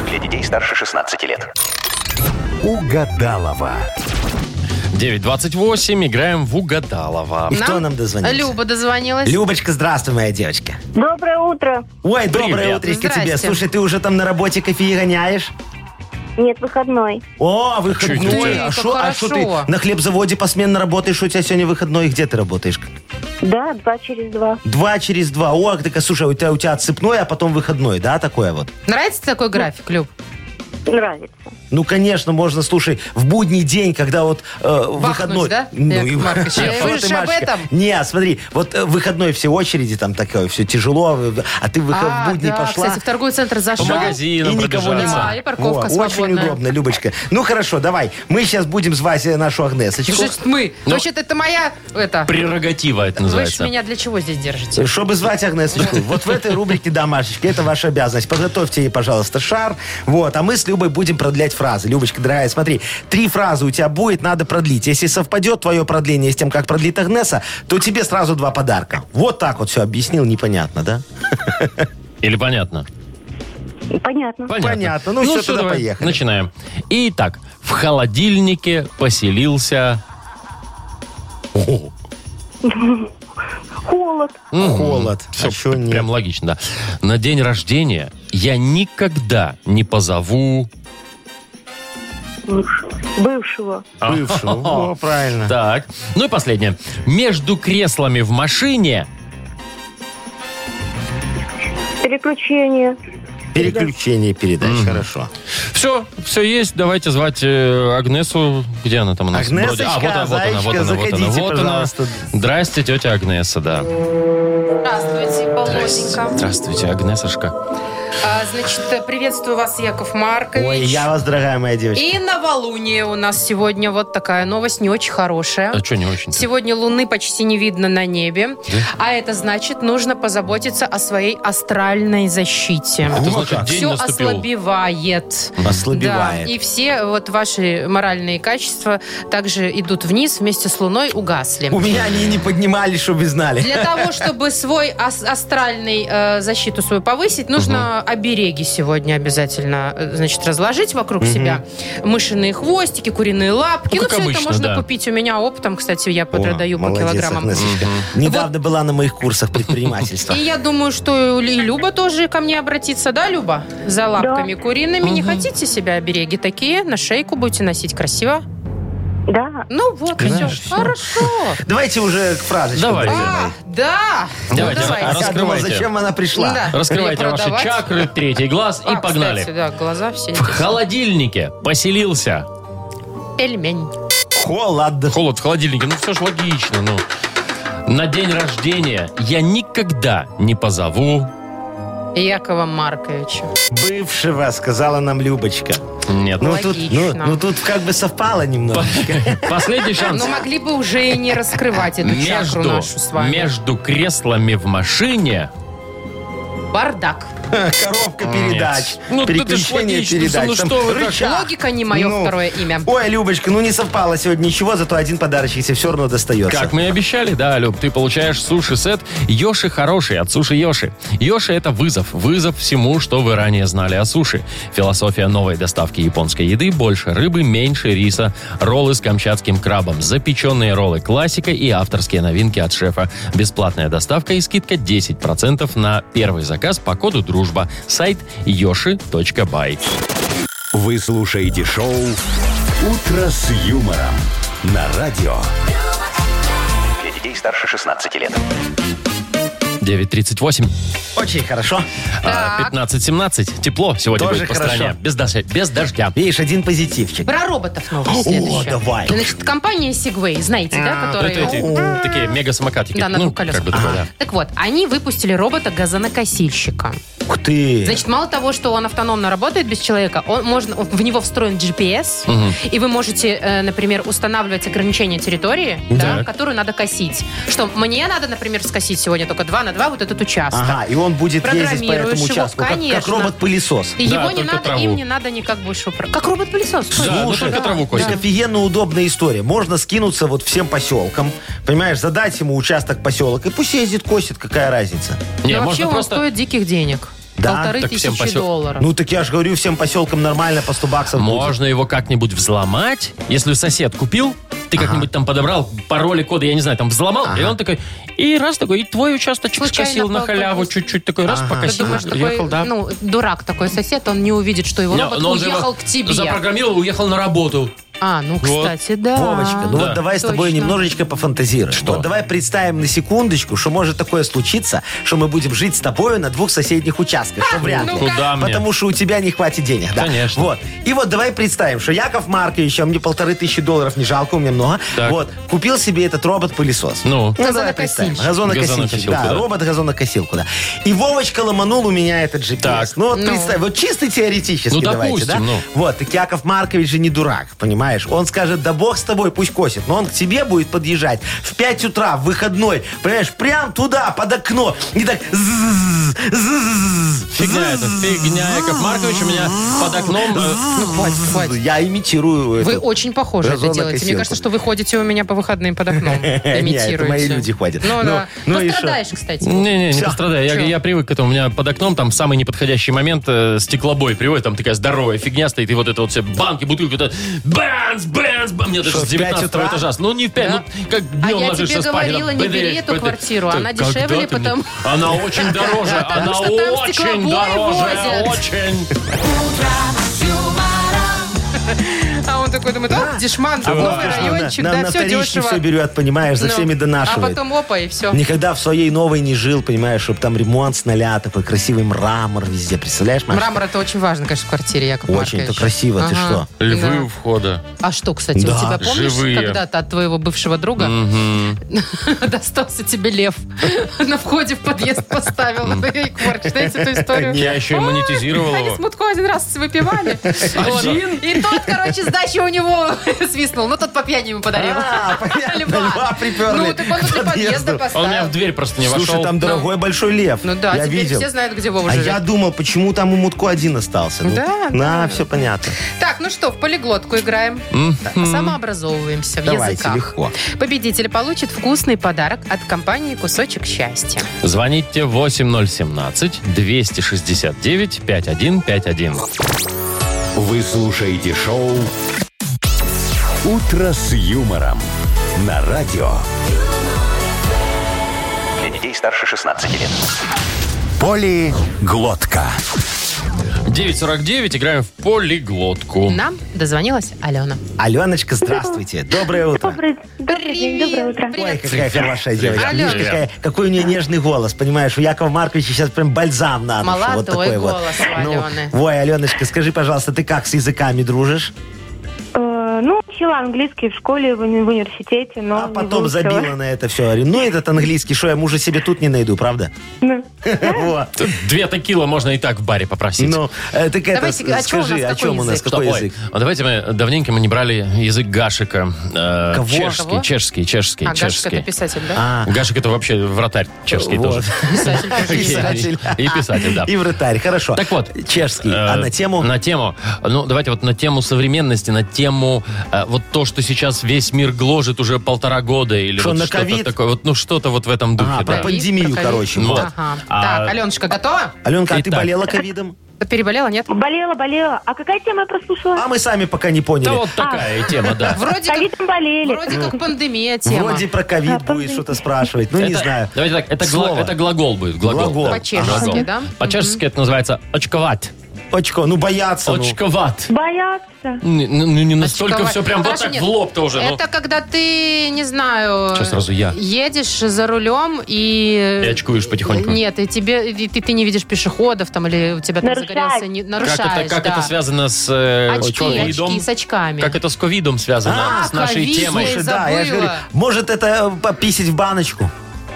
Speaker 6: Для детей старше 16 лет.
Speaker 4: Угадалова.
Speaker 1: 928. Играем в Угадалова.
Speaker 3: И кто нам дозвонился?
Speaker 2: Люба дозвонилась.
Speaker 3: Любочка, здравствуй, моя девочка.
Speaker 5: Доброе утро.
Speaker 3: Ой, доброе
Speaker 1: Привет.
Speaker 3: утречко тебе.
Speaker 2: Здрасте.
Speaker 3: Слушай, ты уже там на работе кофе гоняешь?
Speaker 9: Нет, выходной.
Speaker 3: О, выходной.
Speaker 1: Чё
Speaker 2: это?
Speaker 3: а
Speaker 2: Ты,
Speaker 3: что
Speaker 2: как
Speaker 3: а шо ты
Speaker 2: хорошо.
Speaker 3: на хлебзаводе посменно работаешь? У тебя сегодня выходной. И Где ты работаешь?
Speaker 9: Да, два через два.
Speaker 3: Два через два. О, так, а, слушай, у тебя, у тебя отсыпной, а потом выходной, да, такое вот?
Speaker 2: Нравится такой график, Люб?
Speaker 9: Нравится.
Speaker 3: Ну, конечно, можно, слушай, в будний день, когда вот э, выходной...
Speaker 2: да,
Speaker 3: Ну,
Speaker 2: Яков Маркович?
Speaker 3: Нет,
Speaker 2: Вы
Speaker 3: что
Speaker 2: же
Speaker 3: ты,
Speaker 2: об
Speaker 3: Машечка?
Speaker 2: этом?
Speaker 3: Не, смотри, вот э, выходной все очереди, там такое, все тяжело, э, а ты в, выход-
Speaker 2: А,
Speaker 3: в будний
Speaker 2: да,
Speaker 3: пошла...
Speaker 2: Кстати, в торговый центр зашел.
Speaker 1: По магазинам
Speaker 3: и никого
Speaker 1: пробежаться.
Speaker 2: нема. А, и парковка
Speaker 3: Во, Очень
Speaker 2: свободная.
Speaker 3: удобно, Любочка. Ну, хорошо, давай. Мы сейчас будем звать э, нашу Агнесочку.
Speaker 2: Слушайте, мы.
Speaker 1: Ну.
Speaker 2: Вообще-то это моя... Это...
Speaker 1: Прерогатива это
Speaker 2: Вы же
Speaker 1: называется.
Speaker 2: меня для чего здесь держите?
Speaker 3: Чтобы звать Агнесочку, вот в этой рубрике «Да, Машечка», это ваша обязанность. Подготовьте ей, пожалуйста, шар. Вот, а мы с Любой будем продлять фразы. Любочка, дорогая, смотри, три фразы у тебя будет, надо продлить. Если совпадет твое продление с тем, как продлит Агнеса, то тебе сразу два подарка. Вот так вот все объяснил, непонятно, да?
Speaker 1: Или понятно?
Speaker 9: Понятно.
Speaker 1: Понятно.
Speaker 3: Понятно. Ну всё, тогда
Speaker 1: давай,
Speaker 3: поехали.
Speaker 1: Начинаем. Итак, в холодильнике поселился...
Speaker 3: А
Speaker 9: Холод.
Speaker 3: Холод.
Speaker 1: Всё,
Speaker 3: А чё нет?
Speaker 1: Прям логично, да. На день рождения я никогда не позову...
Speaker 9: Бывшего.
Speaker 3: Бывшего. О, правильно.
Speaker 1: Так. Ну и последнее. Между креслами в машине...
Speaker 9: Переключение.
Speaker 3: Переключение передач, хорошо.
Speaker 1: Все, все есть. Давайте звать э, Агнесу. Где она там у нас? Вроде.
Speaker 3: Агнесочка,
Speaker 1: А, вот, она, вот она, вот она, вот она,
Speaker 3: зайчка, заходите,
Speaker 1: вот она.
Speaker 3: пожалуйста.
Speaker 1: Здрасте, тетя Агнеса, да.
Speaker 2: Здравствуйте, Полосенька.
Speaker 1: Здравствуйте, Агнесошка.
Speaker 2: А, значит, приветствую вас, Яков Маркович.
Speaker 3: Ой, я вас, дорогая моя девочка.
Speaker 2: И новолуние у нас сегодня вот такая новость, не очень хорошая.
Speaker 1: А что не очень?
Speaker 2: Сегодня Луны почти не видно на небе, а это значит, нужно позаботиться о своей астральной защите.
Speaker 1: Это значит, день
Speaker 2: Все
Speaker 1: наступил.
Speaker 2: ослабевает.
Speaker 3: Ослабевает.
Speaker 2: Да, и все вот ваши моральные качества также идут вниз вместе с Луной угасли.
Speaker 3: У меня они и не поднимались, чтобы вы знали.
Speaker 2: Для того, чтобы свой ас- астральный э, защиту свою повысить, нужно обереги сегодня обязательно, э, значит, разложить вокруг себя. Мышиные хвостики, куриные лапки.
Speaker 1: Ну,
Speaker 2: Ну,
Speaker 1: как
Speaker 2: все это
Speaker 1: обычно,
Speaker 2: можно
Speaker 1: да.
Speaker 2: купить у меня оптом. Кстати, я
Speaker 3: О,
Speaker 2: продаю по
Speaker 3: молодец,
Speaker 2: килограммам.
Speaker 3: Агнесочка. Недавно была на моих курсах предпринимательства.
Speaker 2: И я думаю, что и Люба тоже ко мне обратится, да, Люба? За лапками куриными. Не хотите себя обереги такие? На шейку будете носить красиво?
Speaker 9: Да.
Speaker 2: Ну вот, все. Хорошо.
Speaker 3: Давайте уже к фразочкам.
Speaker 1: Давай.
Speaker 3: друзья.
Speaker 2: А, да. Ну,
Speaker 1: Давайте,
Speaker 3: Я
Speaker 1: Раскрывайте.
Speaker 3: думал, зачем она пришла?
Speaker 2: Да.
Speaker 1: Раскрывайте
Speaker 2: Не
Speaker 1: ваши
Speaker 2: продавать.
Speaker 1: чакры, третий глаз
Speaker 2: А,
Speaker 1: и погнали.
Speaker 2: Кстати, да, глаза все.
Speaker 1: В холодильнике поселился.
Speaker 2: Пельмень.
Speaker 3: Холод.
Speaker 1: Холод в холодильнике. Ну все же логично, ну. На день рождения я никогда не позову.
Speaker 2: Якова Марковича.
Speaker 3: Бывшего, сказала нам Любочка.
Speaker 1: Нет.
Speaker 3: Ну
Speaker 2: Логично.
Speaker 3: тут, ну, ну, тут как бы совпало немного.
Speaker 1: Последний шанс.
Speaker 2: Но могли бы уже и не раскрывать ну, эту чакру
Speaker 1: Между,
Speaker 2: нашу с вами.
Speaker 1: между креслами в машине.
Speaker 2: Бардак.
Speaker 3: Коробка передач.
Speaker 1: Нет. Ну, тут это ж
Speaker 3: Переключение
Speaker 1: логично,
Speaker 3: передач.
Speaker 1: ну
Speaker 3: там
Speaker 1: что вы, как?
Speaker 3: рычаг.
Speaker 2: Логика не мое
Speaker 3: Ну.
Speaker 2: второе имя.
Speaker 3: Ой, Любочка, ну не совпало сегодня ничего, зато один подарочек тебе все равно достается.
Speaker 1: Как мы и обещали, да, Люб, ты получаешь суши-сет Йоши Хороший от Суши Йоши. Йоши – это вызов, вызов всему, что вы ранее знали о суши. Философия новой доставки японской еды – больше рыбы, меньше риса, роллы с камчатским крабом, запеченные роллы классика и авторские новинки от шефа. Бесплатная доставка и скидка 10% на первый заказ по коду «Дружба». Сайт yoshi.by.
Speaker 4: Вы слушаете шоу «Утро с юмором» на радио.
Speaker 6: Для детей старше 16 лет.
Speaker 1: 9.38,
Speaker 3: Очень хорошо.
Speaker 1: а, 15.17. Тепло сегодня
Speaker 3: Тоже
Speaker 1: будет по
Speaker 3: хорошо.
Speaker 1: стране. Без, дождя- без дождя.
Speaker 3: Видишь, один позитивчик.
Speaker 2: Про роботов новость следующая.
Speaker 3: давай.
Speaker 2: Значит, компания Segway, знаете, да,
Speaker 1: Ну, это
Speaker 2: которые...
Speaker 1: эти такие мега-самокатики.
Speaker 2: Да, на
Speaker 1: ну,
Speaker 2: двух колесах.
Speaker 1: Как бы такое, да.
Speaker 2: Так вот, они выпустили робота-газонокосильщика.
Speaker 3: Ух ты.
Speaker 2: Значит, мало того, что он автономно работает без человека, он можно, в него встроен GPS, и вы можете, э, например, устанавливать ограничения территории, да,
Speaker 1: Так.
Speaker 2: которую надо косить. Что мне надо, например, скосить сегодня только 2 на 2 вот этот участок.
Speaker 3: Ага, и он будет ездить по
Speaker 2: Программируешь
Speaker 3: этому
Speaker 2: его,
Speaker 3: участку, как- как,
Speaker 2: конечно.
Speaker 3: робот-пылесос.
Speaker 2: И
Speaker 1: Да,
Speaker 2: его не
Speaker 1: только
Speaker 2: надо,
Speaker 1: траву.
Speaker 2: им не надо никак больше управлять. Как робот-пылесос. точно.
Speaker 1: Да, ну только траву
Speaker 3: Это
Speaker 1: косит.
Speaker 3: офигенно удобная история. Можно скинуться вот всем поселкам, понимаешь, задать ему участок поселок, и пусть ездит, косит, какая разница.
Speaker 1: Не,
Speaker 2: Но вообще
Speaker 1: можно
Speaker 2: он
Speaker 1: просто...
Speaker 2: стоит диких денег.
Speaker 3: Да,
Speaker 2: Полторы
Speaker 1: так всем
Speaker 2: тысячи
Speaker 1: посел-
Speaker 2: долларов.
Speaker 3: Ну так я же говорю, всем поселкам нормально по 100 баксов будет.
Speaker 1: Можно его как-нибудь взломать, если сосед купил, Ты как-нибудь там подобрал пароли, коды, я не знаю, там взломал, и он такой, и раз такой, и твой участочек
Speaker 2: Случайно
Speaker 1: скосил на
Speaker 2: по-
Speaker 1: халяву
Speaker 2: попасть.
Speaker 1: чуть-чуть, такой раз
Speaker 3: Ага.
Speaker 2: Ты
Speaker 1: покосил,
Speaker 2: думаешь,
Speaker 1: уехал,
Speaker 2: такой,
Speaker 1: да.
Speaker 2: ну, дурак такой сосед, он не увидит, что его
Speaker 1: Не,
Speaker 2: робот
Speaker 1: но он же
Speaker 2: уехал
Speaker 1: его
Speaker 2: к тебе.
Speaker 1: Запрограммировал, уехал на работу.
Speaker 2: А, ну, кстати, да.
Speaker 3: Вовочка, ну
Speaker 1: Да.
Speaker 3: вот давай с тобой
Speaker 2: Точно.
Speaker 3: немножечко пофантазируем.
Speaker 1: Что?
Speaker 3: Вот давай представим на секундочку, что может такое случиться, что мы будем жить с тобой на двух соседних участках. Что вряд ли.
Speaker 1: Куда мне?
Speaker 3: Потому что у тебя не хватит денег, да?
Speaker 1: Конечно.
Speaker 3: Вот. И вот давай представим, что Яков Маркович, а мне полторы тысячи долларов не жалко, у меня много.
Speaker 1: Так.
Speaker 3: Вот. Купил себе этот робот-пылесос.
Speaker 1: Ну,
Speaker 3: давай представим.
Speaker 2: Газонокосильщик.
Speaker 3: Газонокосильщик.
Speaker 1: Газонокосилка,
Speaker 3: Да,
Speaker 1: да.
Speaker 3: робот-газонокосилку, да. И Вовочка ломанул у меня этот GPS.
Speaker 1: Так.
Speaker 3: Ну вот
Speaker 2: Ну.
Speaker 3: представь, вот чисто теоретически
Speaker 1: Ну,
Speaker 3: давайте, да?
Speaker 1: допустим, ну.
Speaker 3: Вот, так Яков Маркович же не дурак, понимаешь? Он скажет, да бог с тобой, пусть косит. Но он к тебе будет подъезжать в 5 утра, в выходной, понимаешь, прям туда, под окно. Не так... «зззз, зззз,
Speaker 1: Фигня это,
Speaker 3: зззз».
Speaker 1: фигня, Яков Маркович у меня под окном... э,
Speaker 2: Ну, хватит, хватит.
Speaker 3: Я имитирую
Speaker 2: Вы
Speaker 3: это.
Speaker 2: очень похожи это делаете. Мне
Speaker 3: газонокосилку.
Speaker 2: кажется, что вы ходите у меня по выходным под окном.
Speaker 3: Нет,
Speaker 2: Имитируете.
Speaker 3: это мои люди ходят.
Speaker 2: Ну,
Speaker 3: Ну,
Speaker 2: да.
Speaker 3: ну и
Speaker 2: Ну,
Speaker 3: шо?
Speaker 2: страдаешь, кстати.
Speaker 1: Не-не, не
Speaker 3: Всё.
Speaker 1: пострадай. Я,
Speaker 2: Чё?
Speaker 1: я привык к этому. У меня под окном там самый неподходящий момент э, стеклобой приводит. Там такая здоровая фигня стоит, и вот это вот все банки, бутылки, вот это бэнс, бэнс, бэнс. Мне даже
Speaker 3: Что,
Speaker 1: с
Speaker 3: в пять
Speaker 1: 19
Speaker 3: утра?
Speaker 1: этажа. Ну, не в 5,
Speaker 2: Да.
Speaker 1: ну, как
Speaker 2: А
Speaker 1: днем
Speaker 2: я
Speaker 1: ложишься
Speaker 2: тебе
Speaker 1: спать. и
Speaker 2: говорила,
Speaker 1: там
Speaker 2: не
Speaker 1: бэдэ,
Speaker 2: бери эту
Speaker 1: бэдэ.
Speaker 2: квартиру, она
Speaker 1: Ты, когда
Speaker 2: дешевле,
Speaker 1: ты мне-
Speaker 2: потому-
Speaker 1: Она очень дороже, она
Speaker 2: что там
Speaker 1: очень
Speaker 2: стеклобой
Speaker 1: дороже,
Speaker 2: возят.
Speaker 1: очень.
Speaker 2: А он такой думает, а, дешман,
Speaker 3: А
Speaker 2: новый
Speaker 3: Вовка ж на-
Speaker 2: райончик,
Speaker 3: на,
Speaker 2: да,
Speaker 3: на
Speaker 2: все
Speaker 3: вторичке
Speaker 2: дешево.
Speaker 3: все берет, понимаешь, за
Speaker 2: Ну,
Speaker 3: всеми
Speaker 2: А
Speaker 3: донашивает.
Speaker 2: потом опа, и все.
Speaker 3: Никогда в своей новой не жил, понимаешь, чтобы там ремонт с нуля, такой красивый мрамор везде, представляешь, Маша?
Speaker 2: Мрамор это очень важно, конечно, в квартире, Яков
Speaker 3: Очень,
Speaker 2: Маркович.
Speaker 3: это красиво, ты что?
Speaker 1: Львы
Speaker 2: Да.
Speaker 1: у входа.
Speaker 2: А что, кстати,
Speaker 3: Да.
Speaker 2: у тебя, помнишь,
Speaker 1: Живые.
Speaker 2: когда-то от твоего бывшего друга достался тебе лев? На входе в подъезд поставил. Егор, Знаете эту историю?
Speaker 1: Я еще и
Speaker 2: Ой,
Speaker 1: монетизировал
Speaker 2: Они
Speaker 1: его.
Speaker 2: с Мутко один раз выпивали. Вот. И тот, короче, сдачи у него свистнул. Ну, тот по пьяни ему подарил.
Speaker 3: А, понятно,
Speaker 2: Льва.
Speaker 3: льва приперли
Speaker 2: Ну, так он
Speaker 3: к
Speaker 2: возле
Speaker 3: подъезду.
Speaker 2: подъезда
Speaker 1: Он А у меня в
Speaker 2: поставил.
Speaker 1: дверь просто не
Speaker 3: Слушай,
Speaker 1: вошел.
Speaker 3: там дорогой большой лев.
Speaker 2: Ну да,
Speaker 3: я
Speaker 2: теперь
Speaker 3: видел.
Speaker 2: все знают, где Вова
Speaker 3: а я
Speaker 2: живет.
Speaker 3: думал, почему там у Мутко один остался. Ну,
Speaker 2: Да,
Speaker 3: На,
Speaker 2: да.
Speaker 3: все понятно.
Speaker 2: Так, ну что, в полиглотку играем. Так, а Самообразовываемся в
Speaker 3: Давайте,
Speaker 2: языках.
Speaker 3: легко.
Speaker 2: Победитель получит вкусный подарок от компании «Кусочек счастья».
Speaker 1: Звоните 8017-269-5151.
Speaker 4: Вы слушаете шоу «Утро с юмором» на радио.
Speaker 6: Для детей старше 16 лет.
Speaker 4: Поли Глотка.
Speaker 1: 9.49, играем в полиглотку.
Speaker 2: Нам дозвонилась Алена.
Speaker 3: Аленочка, здравствуйте. Доброе утро.
Speaker 9: Добрый, добрый день, доброе утро.
Speaker 3: Ой,
Speaker 2: Привет.
Speaker 3: какая хорошая девочка.
Speaker 2: Алена.
Speaker 3: Видишь, какая- какой у нее нежный голос, понимаешь? У Якова Марковича сейчас прям бальзам на душу.
Speaker 2: Молодой
Speaker 3: вот такой вот.
Speaker 2: голос у Алены.
Speaker 3: Ну, ой, Аленочка, скажи, пожалуйста, ты как с языками дружишь?
Speaker 9: Э, ну, учила английский в школе, в, уни- в университете, но
Speaker 3: А
Speaker 9: не
Speaker 3: потом
Speaker 9: выучила.
Speaker 3: забила на это все. Говорю, ну этот английский, что я мужа себе тут не найду, правда?
Speaker 9: Ну,
Speaker 3: Вот.
Speaker 1: Тут Две текила можно и так в баре попросить.
Speaker 3: Ну, э, так это,
Speaker 2: Давайте, а чё у
Speaker 3: скажи,
Speaker 2: нас
Speaker 3: о
Speaker 2: такой
Speaker 3: чем у нас,
Speaker 2: язык?
Speaker 1: Что,
Speaker 3: какой
Speaker 1: ой,
Speaker 3: язык?
Speaker 1: а давайте мы давненько мы не брали язык Гашика. Э,
Speaker 3: Кого?
Speaker 1: Чешский,
Speaker 2: Кого?
Speaker 1: чешский, чешский,
Speaker 2: А Гашка,
Speaker 1: чешский.
Speaker 2: это писатель, да?
Speaker 3: А,
Speaker 1: Гашик это вообще вратарь чешский
Speaker 3: Вот.
Speaker 1: тоже.
Speaker 2: Писатель тоже
Speaker 1: И-
Speaker 2: есть.
Speaker 3: Писатель. А.
Speaker 1: И писатель, да.
Speaker 3: И вратарь, хорошо.
Speaker 1: Так вот.
Speaker 3: Чешский.
Speaker 1: Э,
Speaker 3: А на тему?
Speaker 1: На тему. Ну, давайте вот на тему современности, на тему э, вот то, что сейчас весь мир гложет уже полтора года или
Speaker 3: Что,
Speaker 1: вот
Speaker 3: на
Speaker 1: что-то
Speaker 3: ковид?
Speaker 1: такое. Вот, ну, что-то вот в этом духе, да.
Speaker 3: А, про пандемию,
Speaker 2: Про ковид.
Speaker 3: короче.
Speaker 1: Ну,
Speaker 3: вот.
Speaker 1: вот.
Speaker 2: Ага.
Speaker 1: А-
Speaker 2: Так, Аленушка, готова?
Speaker 3: Аленка, а ты
Speaker 1: Итак.
Speaker 3: болела ковидом?
Speaker 2: Переболела, нет?
Speaker 9: болела, болела. А какая тема я прослушала?
Speaker 3: А мы сами пока не поняли.
Speaker 1: Да вот
Speaker 2: А.
Speaker 1: такая тема, да.
Speaker 2: Вроде как,
Speaker 9: Ковидом болели.
Speaker 2: вроде как пандемия тема.
Speaker 3: Вроде про ковид
Speaker 9: А,
Speaker 3: будет
Speaker 9: подожди.
Speaker 3: что-то спрашивать. Ну, не
Speaker 1: Это-
Speaker 3: знаю.
Speaker 1: Давайте так, это, гла-
Speaker 3: Слово.
Speaker 1: это глагол будет. Глагол.
Speaker 3: Глагол.
Speaker 1: да.
Speaker 2: По-чешски,
Speaker 1: Глагол.
Speaker 2: да?
Speaker 1: По-чешски это называется очковать.
Speaker 3: Очко, ну бояться. ну.
Speaker 1: Очковать.
Speaker 9: Боятся.
Speaker 1: Не, ну, не настолько
Speaker 2: Очковать.
Speaker 1: все прям вот
Speaker 2: Хорошо,
Speaker 1: так
Speaker 2: нет.
Speaker 1: в лоб-то уже. ну.
Speaker 2: Это когда ты, не знаю...
Speaker 1: Сейчас сразу я.
Speaker 2: Едешь за рулем и...
Speaker 1: И очкуешь потихоньку.
Speaker 2: Нет, и тебе и ты, ты не видишь пешеходов там, или у тебя там
Speaker 9: Нарушать.
Speaker 2: загорелся... Не,
Speaker 1: Как,
Speaker 2: нарушаешь,
Speaker 1: это, как
Speaker 2: да.
Speaker 1: это связано с э,
Speaker 2: Очки,
Speaker 1: ковидом?
Speaker 2: очки с очками.
Speaker 1: Как это с ковидом связано?
Speaker 2: А,
Speaker 1: с нашей
Speaker 2: ковид,
Speaker 1: темой.
Speaker 2: слушай,
Speaker 3: Да, я же
Speaker 2: забыла.
Speaker 3: говорю, может это э, пописить в баночку?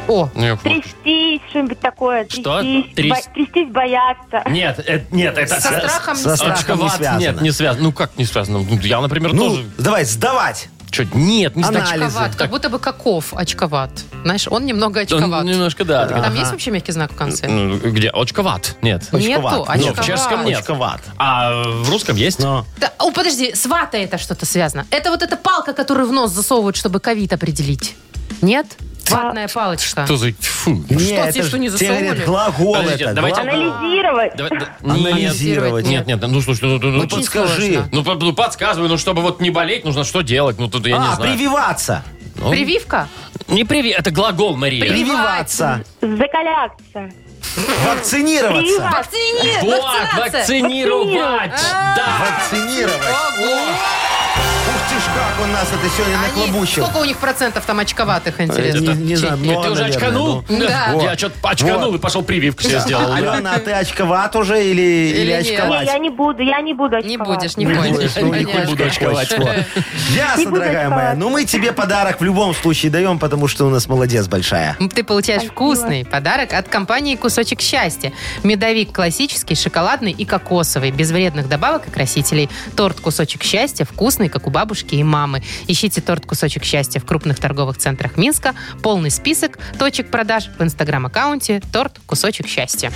Speaker 2: О,
Speaker 1: Ну, я понял.
Speaker 9: Трястись, что-нибудь такое.
Speaker 1: Что?
Speaker 9: Трястись,
Speaker 1: Тряс- Ну.
Speaker 9: бо- трястись бояться.
Speaker 1: Нет, это, нет, это...
Speaker 2: со страхом
Speaker 3: со
Speaker 2: не
Speaker 3: страхом
Speaker 1: Очковат,
Speaker 3: не связано.
Speaker 1: Нет, не связано. Ну как не связано? Ну, Я, например,
Speaker 3: Ну,
Speaker 1: тоже...
Speaker 3: давай, сдавать.
Speaker 1: Чё, нет, не
Speaker 3: Анализы.
Speaker 1: знаю,
Speaker 2: очковат, как будто бы каков очковат. Знаешь, он немного
Speaker 1: очковат.
Speaker 2: очковат. А
Speaker 1: Ну, Немножко, да. так,
Speaker 2: Там есть вообще мягкий знак в конце?
Speaker 1: ну, Где? Очковат. Нет.
Speaker 2: Нету,
Speaker 3: Очковат. Ну,
Speaker 1: в чешском
Speaker 2: очковат.
Speaker 1: нет.
Speaker 3: Очковат.
Speaker 1: А в русском есть?
Speaker 3: Но.
Speaker 2: Да, о, подожди, с ватой это что-то связано. Это вот эта палка, которую в нос засовывают, чтобы ковид определить. Нет? Ватная палочка.
Speaker 1: Что за... Фу.
Speaker 2: Что,
Speaker 3: Не,
Speaker 2: тебе
Speaker 3: ж-
Speaker 2: что, не
Speaker 3: тебе говорят,
Speaker 2: засунули?
Speaker 3: глагол
Speaker 1: Подождите,
Speaker 3: это.
Speaker 1: давайте-
Speaker 3: глагол.
Speaker 9: Анализировать.
Speaker 1: Давай- да-
Speaker 3: Анализировать.
Speaker 1: Нет, нет, ну слушай, ну, ну, ну,
Speaker 3: Ну
Speaker 1: под-
Speaker 3: подскажи.
Speaker 2: сложно.
Speaker 1: ну, под- ну, подсказывай, ну чтобы вот не болеть, нужно что делать? Ну тут я не
Speaker 3: А,
Speaker 1: знаю.
Speaker 3: прививаться.
Speaker 1: Ну,
Speaker 2: Прививка?
Speaker 1: Не приви, это глагол, Мария.
Speaker 3: Прививаться.
Speaker 9: Закаляться.
Speaker 3: Вакцинироваться.
Speaker 2: Вакцини-
Speaker 1: Вот,
Speaker 2: вакцинация.
Speaker 1: вакцинировать. Да.
Speaker 3: Вакцинировать.
Speaker 2: Ого!
Speaker 3: Ух ты ж, как он нас это сегодня
Speaker 2: Они-
Speaker 3: наклобучил.
Speaker 2: Сколько у них процентов там очковатых,
Speaker 3: Э,
Speaker 2: интересно?
Speaker 3: Не, не знаю,
Speaker 1: Э,
Speaker 3: много,
Speaker 1: ты уже
Speaker 3: наверное,
Speaker 1: очканул? ну,
Speaker 3: ну.
Speaker 2: Да.
Speaker 3: Вот.
Speaker 1: Я что-то очканул
Speaker 3: Вот.
Speaker 1: и пошел прививку себе сделал. да.
Speaker 3: Алена, а ты очковат уже или, или,
Speaker 2: Или нет?
Speaker 9: Не,
Speaker 3: очковать?
Speaker 9: я не буду, я не буду
Speaker 2: Не
Speaker 9: очковать.
Speaker 2: будешь, не
Speaker 3: Не
Speaker 2: хочешь.
Speaker 3: будешь, ну, не
Speaker 2: Понятно.
Speaker 3: хочешь,
Speaker 1: буду
Speaker 3: не
Speaker 1: очковать,
Speaker 3: хочешь. Ясно,
Speaker 9: буду
Speaker 3: дорогая моя.
Speaker 9: очковать.
Speaker 3: Ну, мы тебе подарок в любом случае даем, потому что у нас молодец большая.
Speaker 2: Ну, Ты получаешь вкусный подарок от компании «Кусочек счастья». Медовик классический, шоколадный и кокосовый, без вредных добавок и красителей. Торт «Кусочек счастья» вкусный, как у бабушки и мамы. Ищите торт «Кусочек счастья» в крупных торговых центрах Минска. Полный список точек продаж в инстаграм-аккаунте «Торт «Кусочек счастья».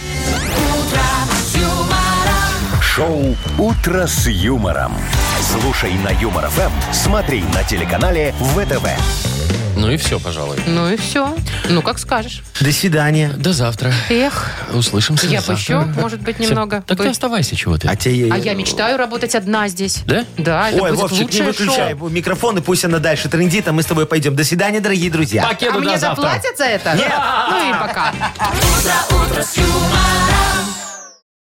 Speaker 4: Шоу «Утро с юмором». Слушай на Юмор ФМ, смотри на телеканале ВТВ.
Speaker 1: Ну и все, пожалуй.
Speaker 2: Ну и все. Ну, как скажешь.
Speaker 3: До свидания.
Speaker 1: До завтра.
Speaker 2: Эх,
Speaker 1: Услышимся.
Speaker 2: я бы
Speaker 1: завтра.
Speaker 2: еще, может быть, немного.
Speaker 1: Так ты
Speaker 2: бы-
Speaker 1: оставайся, чего ты.
Speaker 3: А тебе...
Speaker 2: А я мечтаю работать одна здесь.
Speaker 1: Да?
Speaker 2: Да, это
Speaker 3: Ой,
Speaker 2: будет
Speaker 3: Вовчик, не
Speaker 2: лучшее
Speaker 3: выключай
Speaker 2: шоу.
Speaker 3: микрофон, и пусть она дальше трендит, а мы с тобой пойдем. До свидания, дорогие друзья.
Speaker 2: А
Speaker 1: Пакету
Speaker 2: мне
Speaker 1: до завтра.
Speaker 2: заплатят за это? Нет. Ну и пока.
Speaker 10: утро с юмором.